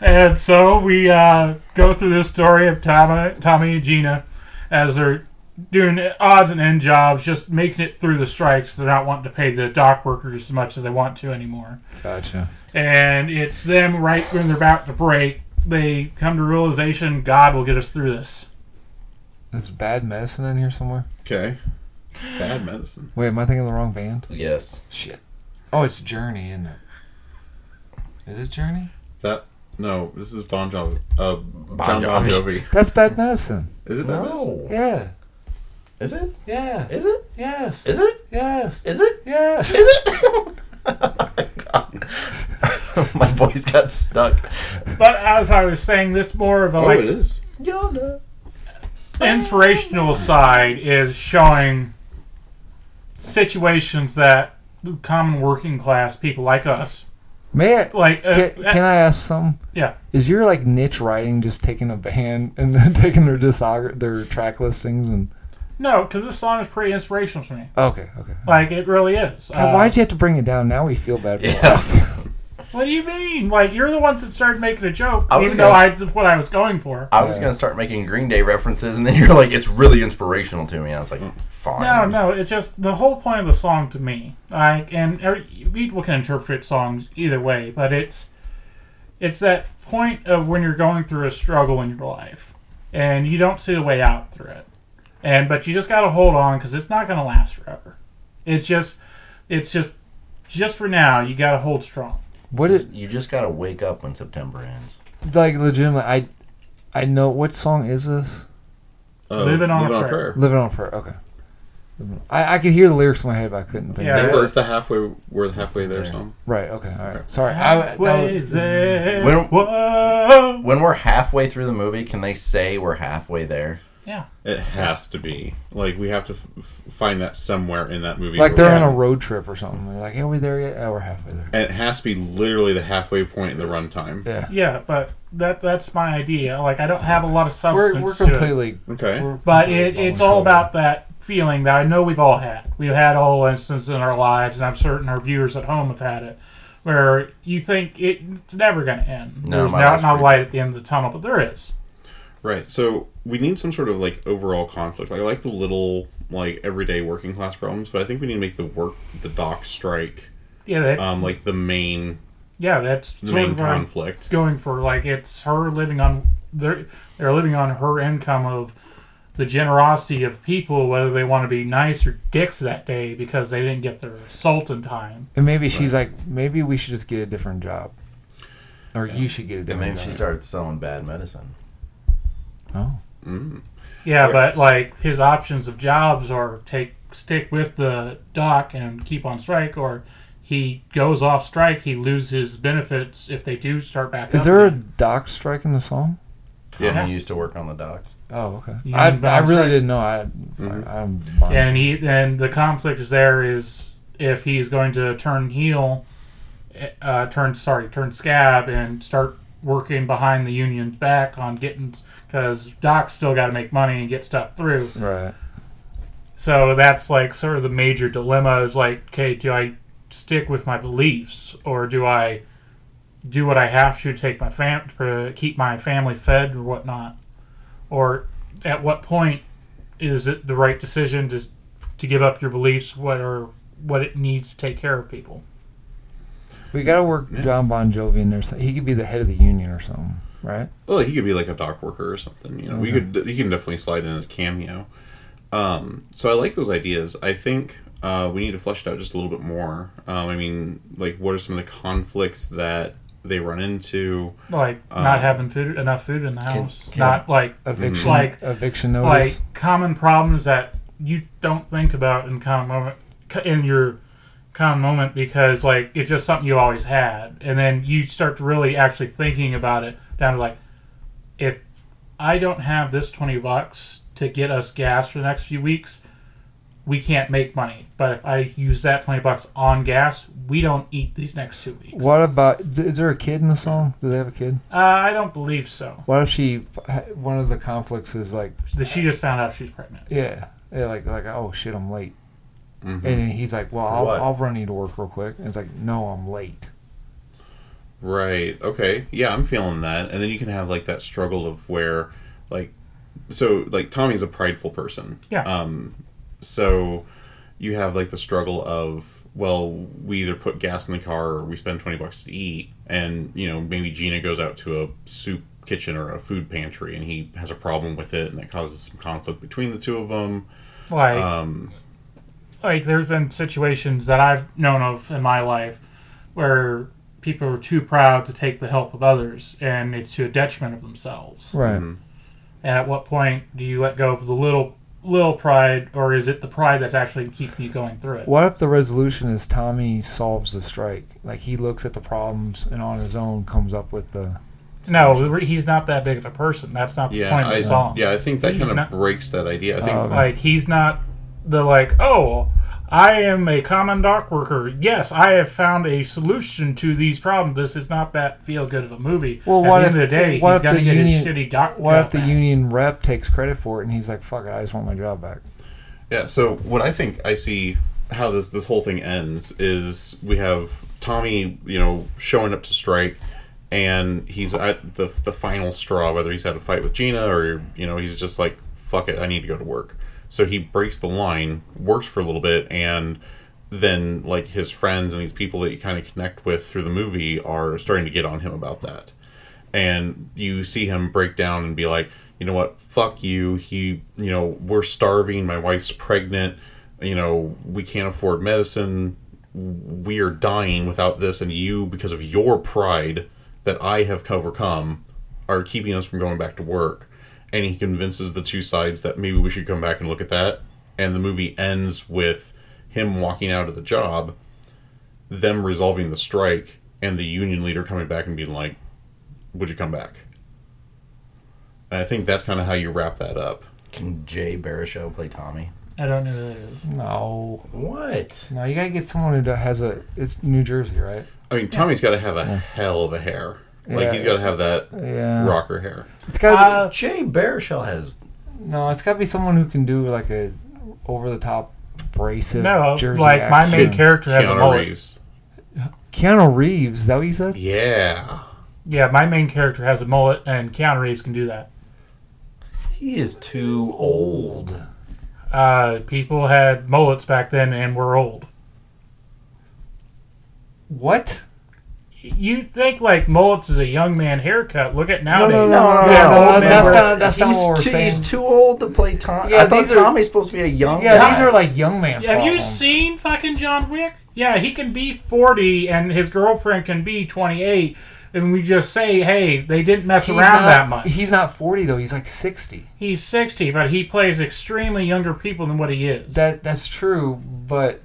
and so we uh, go through this story of Tommy, Tommy and Gina as they're doing odds and end jobs, just making it through the strikes. They're not wanting to pay the dock workers as much as they want to anymore.
Gotcha.
and it's them right when they're about to break. They come to realization God will get us through this.
Is bad medicine in here somewhere?
Okay. Bad medicine.
Wait, am I thinking of the wrong band?
Yes.
Shit. Oh, it's Journey, isn't it? Is it Journey?
That no. This is Bon Jovi. Uh, Bon
Jovi.
Jovi.
That's bad medicine.
Is it bad medicine?
No.
Yeah.
Is it?
Yeah.
Is it?
Yes.
Is it?
Yes.
Is it?
Yes. <laughs>
Is it? <laughs> My voice got stuck.
But as I was saying, this more of a
Oh, it
like
is.
Yonder.
inspirational side is showing situations that the common working class people like us,
May I,
like uh,
can, can I ask some?
yeah,
Is your like niche writing just taking a band <laughs> and then taking their discog- their track listings and?
no, because this song is pretty inspirational to me.
Okay. Okay.
Like it really is. Uh,
God, Why'd you have to bring it down? Now we feel bad. For yeah.
Yeah.
What do you mean? Like you're the ones that started making a joke,
I was
even
gonna-
though I that's what I was going for.
I was gonna start making Green Day references, and then you're like, "It's really inspirational to me." And I was like, "Mm, "Fine."
No, no, it's just the whole point of the song to me. Like, and every, people can interpret songs either way, but it's it's that point of when you're going through a struggle in your life, and you don't see a way out through it. And but you just got to hold on because it's not going to last forever. It's just, it's just, just for now. You got to hold strong.
<laughs> What is
You just gotta wake up when September ends.
like legitimately? I I know what song is this?
Uh,
Living on a Prayer.
Living on a Prayer. Okay. Living on- I, I could hear the lyrics in my head, but I couldn't think.
Yeah.
of
That's
it.
the, that's the halfway. We're the halfway there
Yeah.
song.
Right. Okay. All right.
Okay.
Sorry. I, that
Halfway
was-
there.
When-
Whoa.
When we're halfway through the movie, can they say we're halfway there?
Yeah.
It has to be like we have to f- f- find that somewhere in that movie.
like
where
they're
we
on a
have-
road trip or something. They're like, "Are we there yet? Oh, we're halfway there."
And it has to be literally the halfway point in the runtime.
Yeah.
Yeah, but that that's my idea. Like I don't have a lot of substance.
We're, we're
to it.
completely.
Okay.
we're
But
completely
it, it's
on
all
shoulder.
about that feeling that I know we've all had. We've had all instances in our lives, and I'm certain our viewers at home have had it, where you think it, it's never going to end.
No,
There's
my
not,
life's
not
pretty-
light at the end of the tunnel, but there is.
Right. So we need some sort of like overall conflict. Like I like the little like everyday working class problems, but I think we need to make the work the dock strike
Yeah, that,
Uh,
um like the main
yeah, that's
the
sort
main
of what I'm
conflict.
going for. Like it's her living on they're they're living on her income of the generosity of people, whether they want to be nice or dicks that day because they didn't get their salt in time.
And maybe she's like, maybe we should just get a different job, or you should get a
And
different
then
job.
she starts selling bad medicine.
oh.
Yeah,
Right.
but like his options of jobs are take stick with the dock and keep on strike, or he goes off strike. He loses benefits if they do start back.
Is
up
there a
again.
dock strike in the song?
Yeah.
Tommy used to work on the docks.
Oh, okay.
You
I,
mean
I
dock
really
strike?
didn't know. I, I I'm blind.
and he and the conflict is there is if he's going to turn heel, uh, turn sorry, turn scab and start working behind the union's back on getting because Doc's still got to make money and get stuff through.
right.
So that's like sort of the major dilemma is like, okay, do I stick with my beliefs or do I do what I have to to take my fam to keep my family fed or whatnot? Or at what point is it the right decision to to give up your beliefs what or what it needs to take care of people?
We gotta work John Bon Jovi in there. So he could be the head of the union or something, right?
Well, he could be like a dock worker or something. You know, we could he can definitely slide in as a cameo. Um, so I like those ideas. I think uh, we need to flesh it out just a little bit more. Um, I mean, like, what are some of the conflicts that they run into?
Like
Um,
not having food enough food in the house,
can-
not like
Eviction,
Like-
eviction notice.
like common problems that you don't think about in common moment in your common moment because like it's just something you always had and then you start to really actually thinking about it down to like if i don't have this 20 bucks to get us gas for the next few weeks we can't make money but if i use that 20 bucks on gas we don't eat these next two weeks
what about? d- Is there a kid in the song? Do they have a kid?
uh, i don't believe so
What if she? One of the conflicts is like,
The- she just found out she's pregnant
yeah, yeah like like oh shit, I'm late.
Mhm.
And then he's like, well,
For
I'll,
what?
I'll run you to work real quick. And it's like, no, I'm late.
Right. Okay. Yeah, I'm feeling that. And then you can have like that struggle of where, like, so like Tommy's a prideful person.
Yeah.
Um, so you have like the struggle of well, we either put gas in the car or we spend twenty bucks to eat, and you know maybe Gina goes out to a soup kitchen or a food pantry, and he has a problem with it, and that causes some conflict between the two of them.
like
Um,
like there's been situations that I've known of in my life where people are too proud to take the help of others and it's to a detriment of themselves.
Right.
And at what point do you let go of the little little pride or is it the pride that's actually keeping you going through it?
What if the resolution is Tommy solves the strike? Like he looks at the problems and on his own comes up with the.
No, he's not that big of a person. That's not the
yeah.
point of
I,
the song.
yeah. I think that
He's
kind of
not-
breaks that idea. I think.
Oh, okay.
Like he's not the like, oh, I am a common dock worker. Yes, I have found a solution to these problems. This is not that feel good of a movie.
Well,
At
what
the
if-
end of the day,
what
he's
if
got to
the
get his
union-
shitty dock.
What
job
if the
back.
union rep takes credit for it and he's like, fuck it, I just want my job back?
Yeah. So what I think I see how this this whole thing ends is we have Tommy, you know, showing up to strike, and he's at the the final straw, whether he's had a fight with Gina or you know he's just like, fuck it, I need to go to work. So he breaks the line, works for a little bit, and then like his friends and these people that you kind of connect with through the movie are starting to get on him about that and you see him break down and be like, you know what, fuck you. He, you know, we're starving. My wife's pregnant. You know, we can't afford medicine. We are dying without this, and you, because of your pride that I have overcome, are keeping us from going back to work. And he convinces the two sides that maybe we should come back and look at that. And the movie ends with him walking out of the job, them resolving the strike, and the union leader coming back and being like, Would you come back? And I think that's kind of how you wrap that up.
Can Jay Baruchel play Tommy?
I don't know who that is.
No,
What?
no, you gotta get someone who do- has a. It's New Jersey, right?
I mean, Tommy's got to have a hell of a hair. Like,
Yeah.
he's got to have that
Yeah.
rocker hair.
It's
Uh,
gotta.
Jay Baruchel has
be, no, it's gotta be someone who can do like a over the top abrasive.
No,
Jersey
like my main
accent.
character has a
Keanu
mullet.
Reeves.
Keanu Reeves. Is that what you said?
Yeah.
Yeah, my main character has a mullet, and Keanu Reeves can do that.
he is too old.
Uh, people had mullets back then, and were old.
What?
You think like mullets is a young man haircut? Look at
No,
nowadays.
no, no, no, no,
Yeah,
no,
old
no
man
that's
wear-
not. That's not
he's,
what we're
too,
saying.
he's too old to play Tommy.
Yeah,
I thought
these are-
Tommy's supposed to be a young
yeah,
guy.
these are like young man.
Have you
problems.
seen fucking John Wick? Yeah, he can be 40 and his girlfriend can be 28. And we just say, hey, they didn't mess
He's
around
not-
that much.
He's not forty though. He's like sixty.
He's 60, but he plays extremely younger people than what he is.
That that's true, but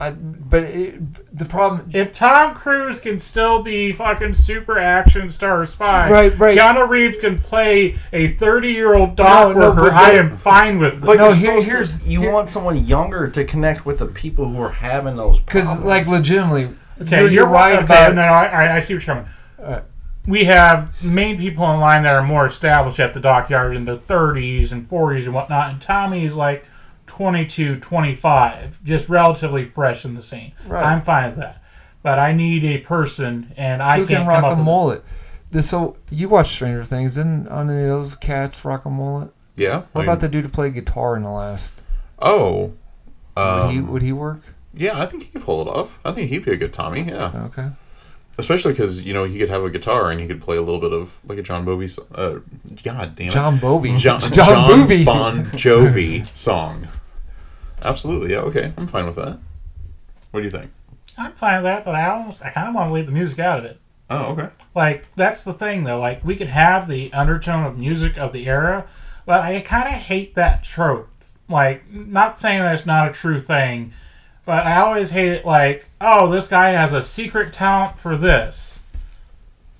I but it, the problem
if Tom Cruise can still be fucking super action star spy,
Right, right.
Keanu Reeves can play a 30 year old
No,
dock
no,
worker.
but-
I am fine with
But
this.
No,
you're
here-
supposed to-
here's-
you
here-
want someone younger to connect with the people who are having those
because
problems.
like legitimately,
Okay,
you're,
you're,
you're right
okay,
about
No, no, I, I see what you're coming.
Alright.
we have main people in line that are more established at the dockyard in their 30s and 40s and whatnot, and Tommy is like 22, 25, just relatively fresh in the scene.
Right.
I'm fine with that. But I need a person, and I
who
can't
can
come
rock
up
a
with
mullet. This, so you watch Stranger Things, didn't any of those cats rock a mullet?
Yeah.
What
I
about
mean-
the dude who played guitar in the last?
Oh.
Would he
Um,
would he work?
yeah, I think he could pull it off. I think he'd be a good Tommy. Yeah.
Okay,
especially because you know he could have a guitar and he could play a little bit of like a John Bobby. so- Uh, God damn it,
John Bovey.
John,
<laughs> John,
John
Booby.
Bon Jovi song. Absolutely, yeah, okay, I'm fine with that. What do you think?
it. I'm fine with that, but I almost, I kind of want to leave the music out of it.
Oh, okay.
Like that's the thing though. Like we could have the undertone of music of the era, but I kind of hate that trope. Like not saying that it's not a true thing, but I always hate it. Like oh, this guy has a secret talent for this,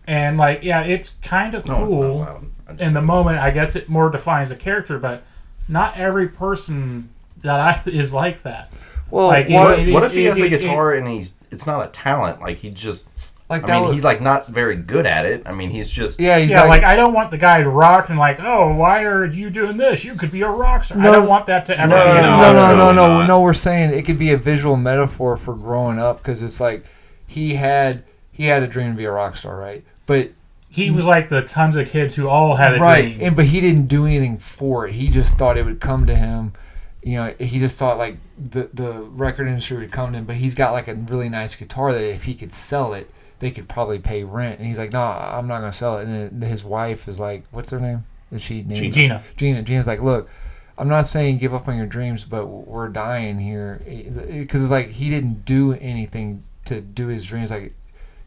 and like yeah, it's kind of
no, it's not
cool
allowed. I just-
in the moment. I guess it more defines a character, but not every person that I <laughs> is like that.
Well,
Like,
what,
it-
What if he has a
it- it-
guitar and he's it's not a talent? Like he just
like
I
that
mean
was,
he's like not very good at it. I mean he's just
yeah, he's
yeah,
like,
like, I don't want the guy to rock and like, oh, why are you doing this? You could be a rock star. I
No.
don't want that to ever.
No,
be
no,
an
no,
no, no, no,
Absolutely
no,
not.
no. We're saying it could be a visual metaphor for growing up because it's like he had he had a dream to be a rock star, right? But
He was like the tons of kids who all had a
right,
dream.
and but he didn't do anything for it. He just thought it would come to him. You know, he just thought like the the record industry would come to him. But he's got like a really nice guitar that if he could sell it, they could probably pay rent. And he's like, no, I'm not gonna sell it. And then his wife is like, what's her name? Is she named
Gina. Gina.
Gina. Gina's like, look, I'm not saying give up on your dreams, but we're dying here because like he didn't do anything to do his dreams. Like,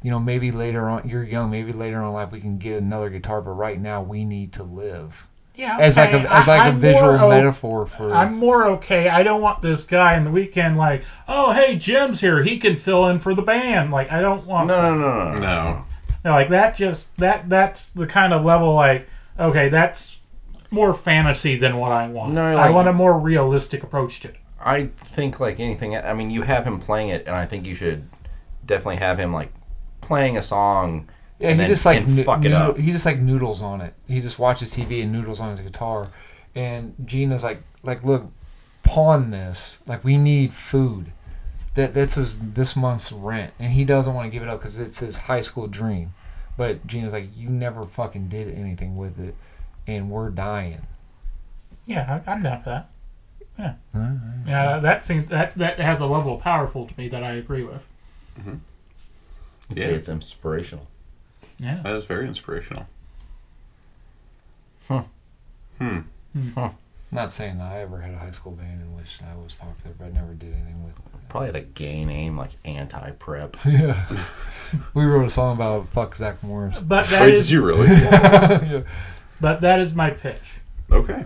you know, maybe later on, you're young. Maybe later on in life we can get another guitar, but right now we need to live.
Yeah,
As like
okay,
a as like
I-
a
I'm
visual
more o-
metaphor for.
I'm more okay. I don't want this guy in the weekend like, oh hey, Jim's here. He can fill in for the band. Like I don't want.
no no no no, no.
No,
No, like that just that that's the kind of level like okay, that's more fantasy than what I want.
No,
I
like-
want a more realistic approach to it.
I think like anything. I mean, you have him playing it, and I think you should definitely have him like playing a song.
yeah,
and
he
then-
just like
and
noo-
fuck it
noodle-
up.
he just like noodles on it. He just watches TV and noodles on his guitar, and Gina's like like look, pawn this. Like we need food. That that's his this month's rent, and he doesn't want to give it up because it's his high school dream. But Gina's like, you never fucking did anything with it, and we're dying.
Yeah, I, I'm down for that. Yeah, yeah, that seems that that has a level of powerful to me that I agree with.
I'd
Yeah.
say it's inspirational.
Yeah,
that is very inspirational.
Not saying that I ever had a high school band in which I was popular, but I never did anything <laughs> with it.
Probably had a gay name like
<laughs>
anti prep.
Yeah. we wrote a song about fuck Zach Morris.
But that
Wait, did
is
you really?
yeah.
but that is my pitch.
<laughs> okay.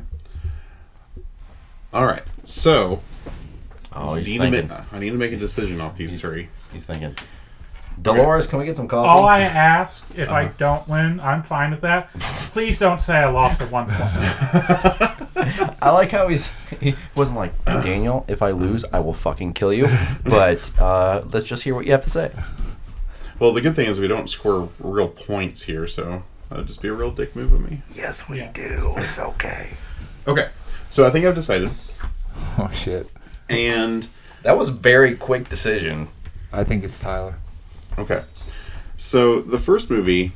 All right. So
Oh,
I
he's
need, to
thinking.
make, I need to make a decision off these three.
He's thinking. Dolores, can we get some
Oh,
coffee?
All I ask, if
Uh-huh.
I don't win, I'm fine with that. Please don't say I lost at one point.
I like how he's he wasn't like <clears throat> Daniel. If I lose, I will fucking kill you. But uh, let's just hear what you have to say.
Well, the good thing is we don't score real points here, so that'd just be a real dick move of me.
Yes, we do. It's okay.
Okay. So I think I've decided,
Oh shit.
and
That was a very quick decision.
I think it's Tyler.
okay. So the first movie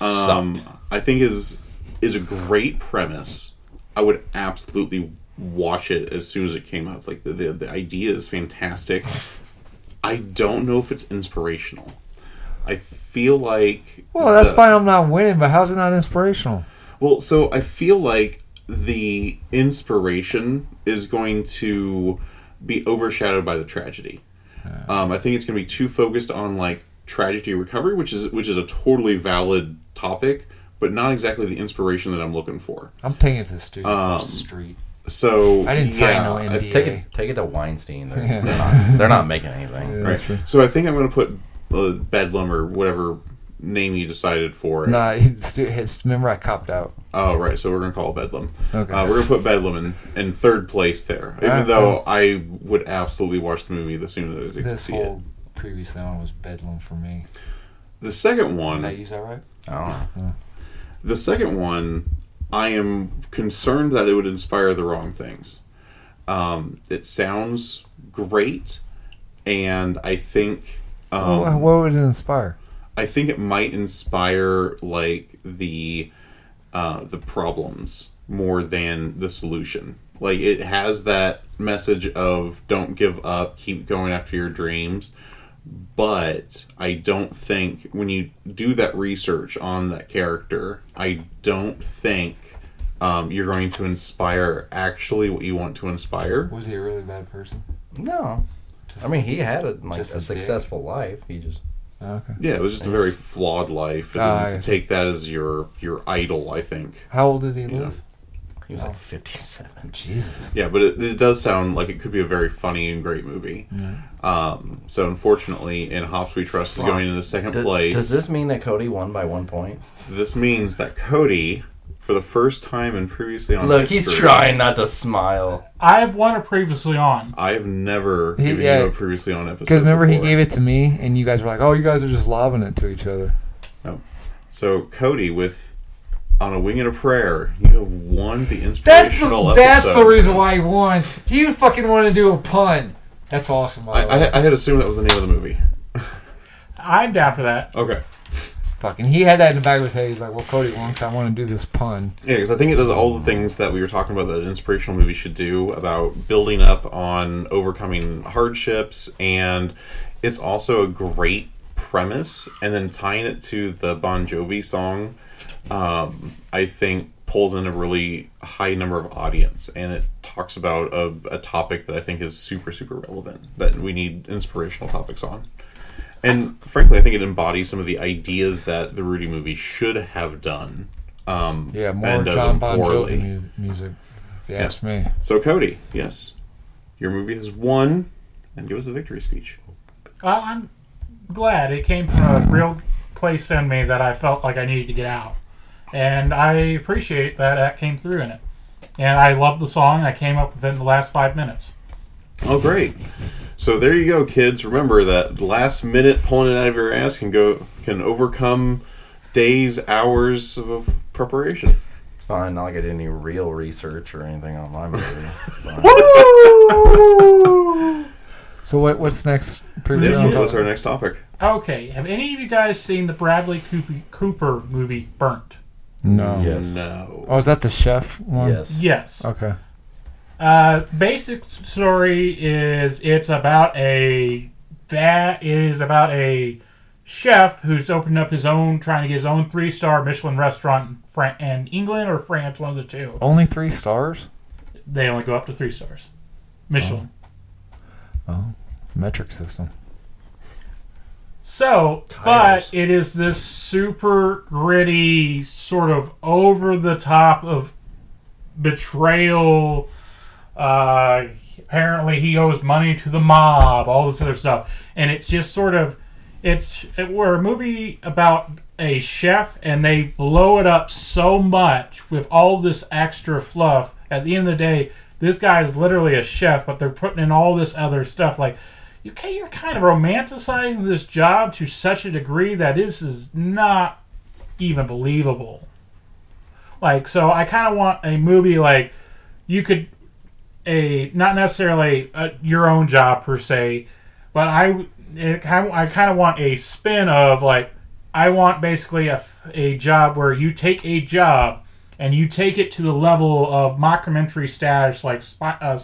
um,
Sucked.
I think is is a great premise. I would absolutely watch it as soon as it came up. Like the the, the idea is fantastic. I don't know if it's inspirational. I feel like
Well, that's
the-
fine. I'm not winning, but how's it not inspirational?
Well, so I feel like the inspiration is going to be overshadowed by the tragedy.
Ah.
Um, I think it's going to be too focused on like tragedy recovery, which is which is a totally valid topic, but not exactly the inspiration that I'm looking for.
I'm taking it to the studio across the street.
So
I didn't sign no
I-
NDA.
Take it, take it to Weinstein. They're,
Yeah.
they're not, they're not making anything.
Yeah,
right.
that's true.
So I think I'm going to put uh, Bedlam or whatever name you decided for. it.
Nah, <laughs> it's, it's, remember I copped out.
Oh, right. So we're going to call it Bedlam.
Okay. Ah,
Uh, we're going to put Bedlam in, in third place there. Even
Alright,
though I would absolutely watch the movie the sooner that I could
This
see
whole
it.
previous one was bedlam for me.
The second
Did I
one,
use that right?
I don't know.
the second one, I am concerned that it would inspire the wrong things. Um, it sounds great, and I think um,
What- what would it inspire?
I think it might inspire like the uh, the problems more than the solution. Like it has that message of don't give up, keep going after your dreams. But I don't think when you do that research on that character, I don't think um, you're going to inspire actually what you want to inspire.
Was he a really bad person?
No. I mean, he had a, like,
just
a
a dick.
successful life. He just
Oh, okay.
Yeah, it was just a very flawed life, and
Ah,
to
I-
take that as your your idol, I think.
How old did he
Yeah.
live?
he was like 57.
Jesus.
Yeah, but it, it does sound like it could be a very funny and great movie. Um, so unfortunately, in Hops We Trust is going into second
Does,
place.
does
this-,
this mean that Cody won by one point?
means that Cody, for the first time and previously on
Look, he's
History,
trying not to smile.
I have won a previously on.
I have never
He-
given
yeah.
you a previously on episode.
Because remember, he
before.
gave it to me, and you guys were like, "Oh, you guys are just lobbing it to each other."
So Cody with. On a wing and a prayer, you have won the inspirational episode.
reason why he won. He fucking wanted to do a pun. That's awesome.
I, I, I had assumed that was the name of the movie.
I'm down for that.
Okay,
fucking, he had that in the back of his head. He's like, "Well, Cody won 'cause I want to do this pun."
Yeah, because I think it does all the things that we were talking about that an inspirational movie should do about building up on overcoming hardships, and it's also a great premise. And then tying it to the Bon Jovi song, um, I think pulls in a really high number of audience, and it talks about a, a topic that I think is super super relevant that we need inspirational topics on. And frankly, I think it embodies some of the ideas that the Rudy movie should have done. Um,
Yeah, more
and does
John
them
Bon Jovi
poorly.
mu- music. If you ask me,
So, Cody, yes, your movie has won, and give us a victory speech.
Uh, I'm glad it came from a real place in me that I felt like I needed to get out, and I appreciate that that came through in it. And I love the song. I came up with it in the last five minutes.
Oh, great! So there you go, kids. Remember that last minute pulling it out of your ass can go can overcome days, hours of
<laughs>
preparation.
It's fine. Not like I did any real research or anything on my movie. It's fine.
so what? What's next? Previous
Yeah,
on
what's
topic?
our next topic?
Okay, have any of you guys seen the Bradley Cooper, Cooper movie Burnt?
No.
Yes.
No.
Oh, is that the chef one?
yes.
Yes.
Okay.
Uh, basic story is it's about a that is about a chef who's opened up his own, trying to get his own three star Michelin restaurant in, Fran- in England or France, one of the two.
Only three stars?
They only go up to three stars. Michelin.
Metric system.
So, but it is this super gritty, sort of over the top of betrayal. Uh, apparently, he owes money to the mob, all this other stuff, and it's just sort of it's it were a movie about a chef, and they blow it up so much with all this extra fluff. At the end of the day, this guy is literally a chef, but they're putting in all this other stuff like you can you're kind of romanticizing this job to such a degree that this is not even believable. Like, so I kind of want a movie like you could a not necessarily uh your own job per se, but I it, kind of- I kind of want a spin of like I want basically a, a job where you take a job and you take it to the level of mockumentary status like spy, uh,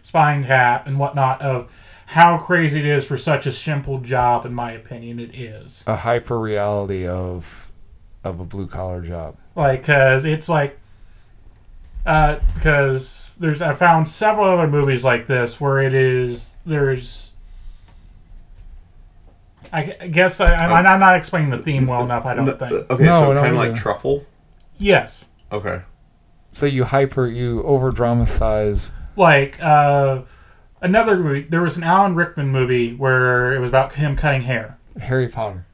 spying hat and whatnot of how crazy it is for such a simple job in my opinion it is
A hyper reality of of a blue collar job.
like because it's like uh because there's i found several other movies like this where it is there's i gu- I guess I, I'm, I'm not explaining the theme well enough i don't think
Okay,
No,
so
no,
kind of
we
like
do.
truffle.
yes
Okay.
So you hyper you over dramatize
like uh another movie there was an alan rickman movie where it was about him cutting hair
Harry Potter.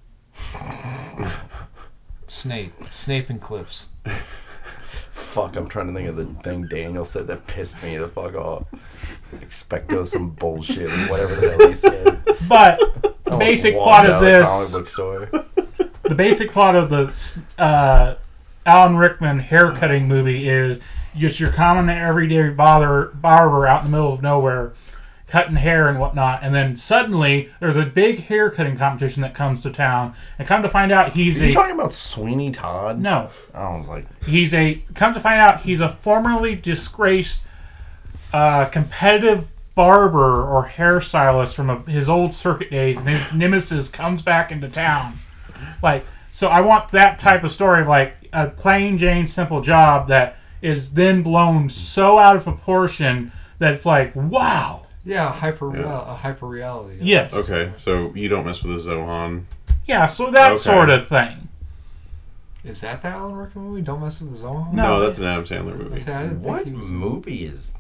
Snape. Snape and Clips.
Fuck, I'm trying to think of the thing Daniel said that pissed me the fuck off. Expecto some bullshit, or whatever the hell he said.
but the basic plot of
Comic
this
book store.
the basic plot of the uh, Alan Rickman haircutting movie is just your common everyday bother, barber out in the middle of nowhere cutting hair and whatnot, and then suddenly there's a big haircutting competition that comes to town, and come to find out he's
Are you
a
talking about Sweeney Todd?
no,
I was like,
he's a come to find out he's a formerly disgraced uh, competitive barber or hairstylist from a, his old circuit days and his nemesis comes back into town like so i want that type of story of like a plain jane simple job that is then blown so out of proportion that it's like wow
Yeah, hyper real, a hyper reality.
yes
Okay, so you don't mess with a Zohan.
yeah so that
Okay.
sort of thing
Is that that Alan Rickman movie? Don't mess with the zone.
No.
No, that's an Adam Sandler
I
movie.
said, I didn't
what
think he was.
movie is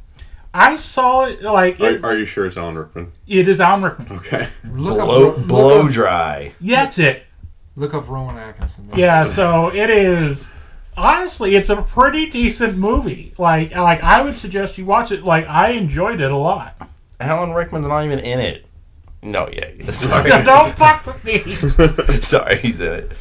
i saw it like it,
Are, are you sure it's Alan Rickman?
it is alan rickman
Okay.
Look
blow,
up, Ro-
blow
Look up,
dry?
yeah, that's it
look up Rowan Atkinson.
Yeah, so it is. Honestly, it's a pretty decent movie. Like, like I would suggest you watch it. Like, I enjoyed it a lot.
Alan Rickman's not even in it. No, yeah, <laughs>
So <laughs>
sorry,
<laughs> Don't fuck with me. <laughs>
sorry, he's in it.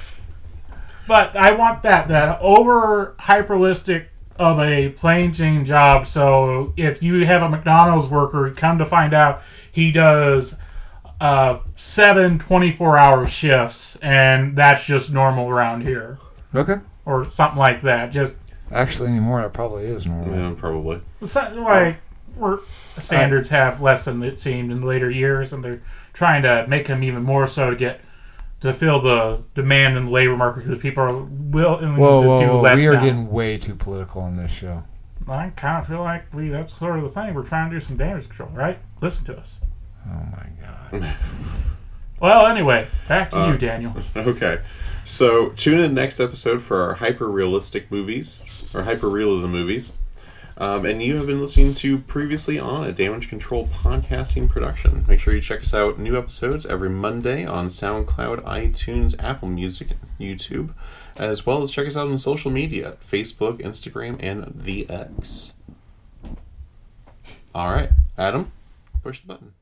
But I want that that over hyperlistic of a plain Jane job. So if you have a McDonald's worker, come to find out he does uh, seven 24 hour shifts, and that's just normal around here,
Okay.
or something like that. Just
Actually anymore that probably is normal.
Yeah, probably.
So, like we're, standards have lessened, it seemed, in later years, and they're trying to make them even more so to get to fill the demand in the labor market because people are willing
Whoa,
to
whoa,
do
whoa.
less.
We are
now.
getting way too political on this show.
I kind of feel like we that's sort of the thing. We're trying to do some damage control, right? Listen to us.
Oh my god.
Well, anyway, back to you, Daniel.
Okay. So tune in next episode for our hyper realistic movies or hyper realism movies. Um, and you have been listening to previously on a Damage Control podcasting production. Make sure you check us out. New episodes every Monday on SoundCloud, iTunes, Apple Music, YouTube, as well as check us out on social media: Facebook, Instagram, and the X. All right, Adam, push the button.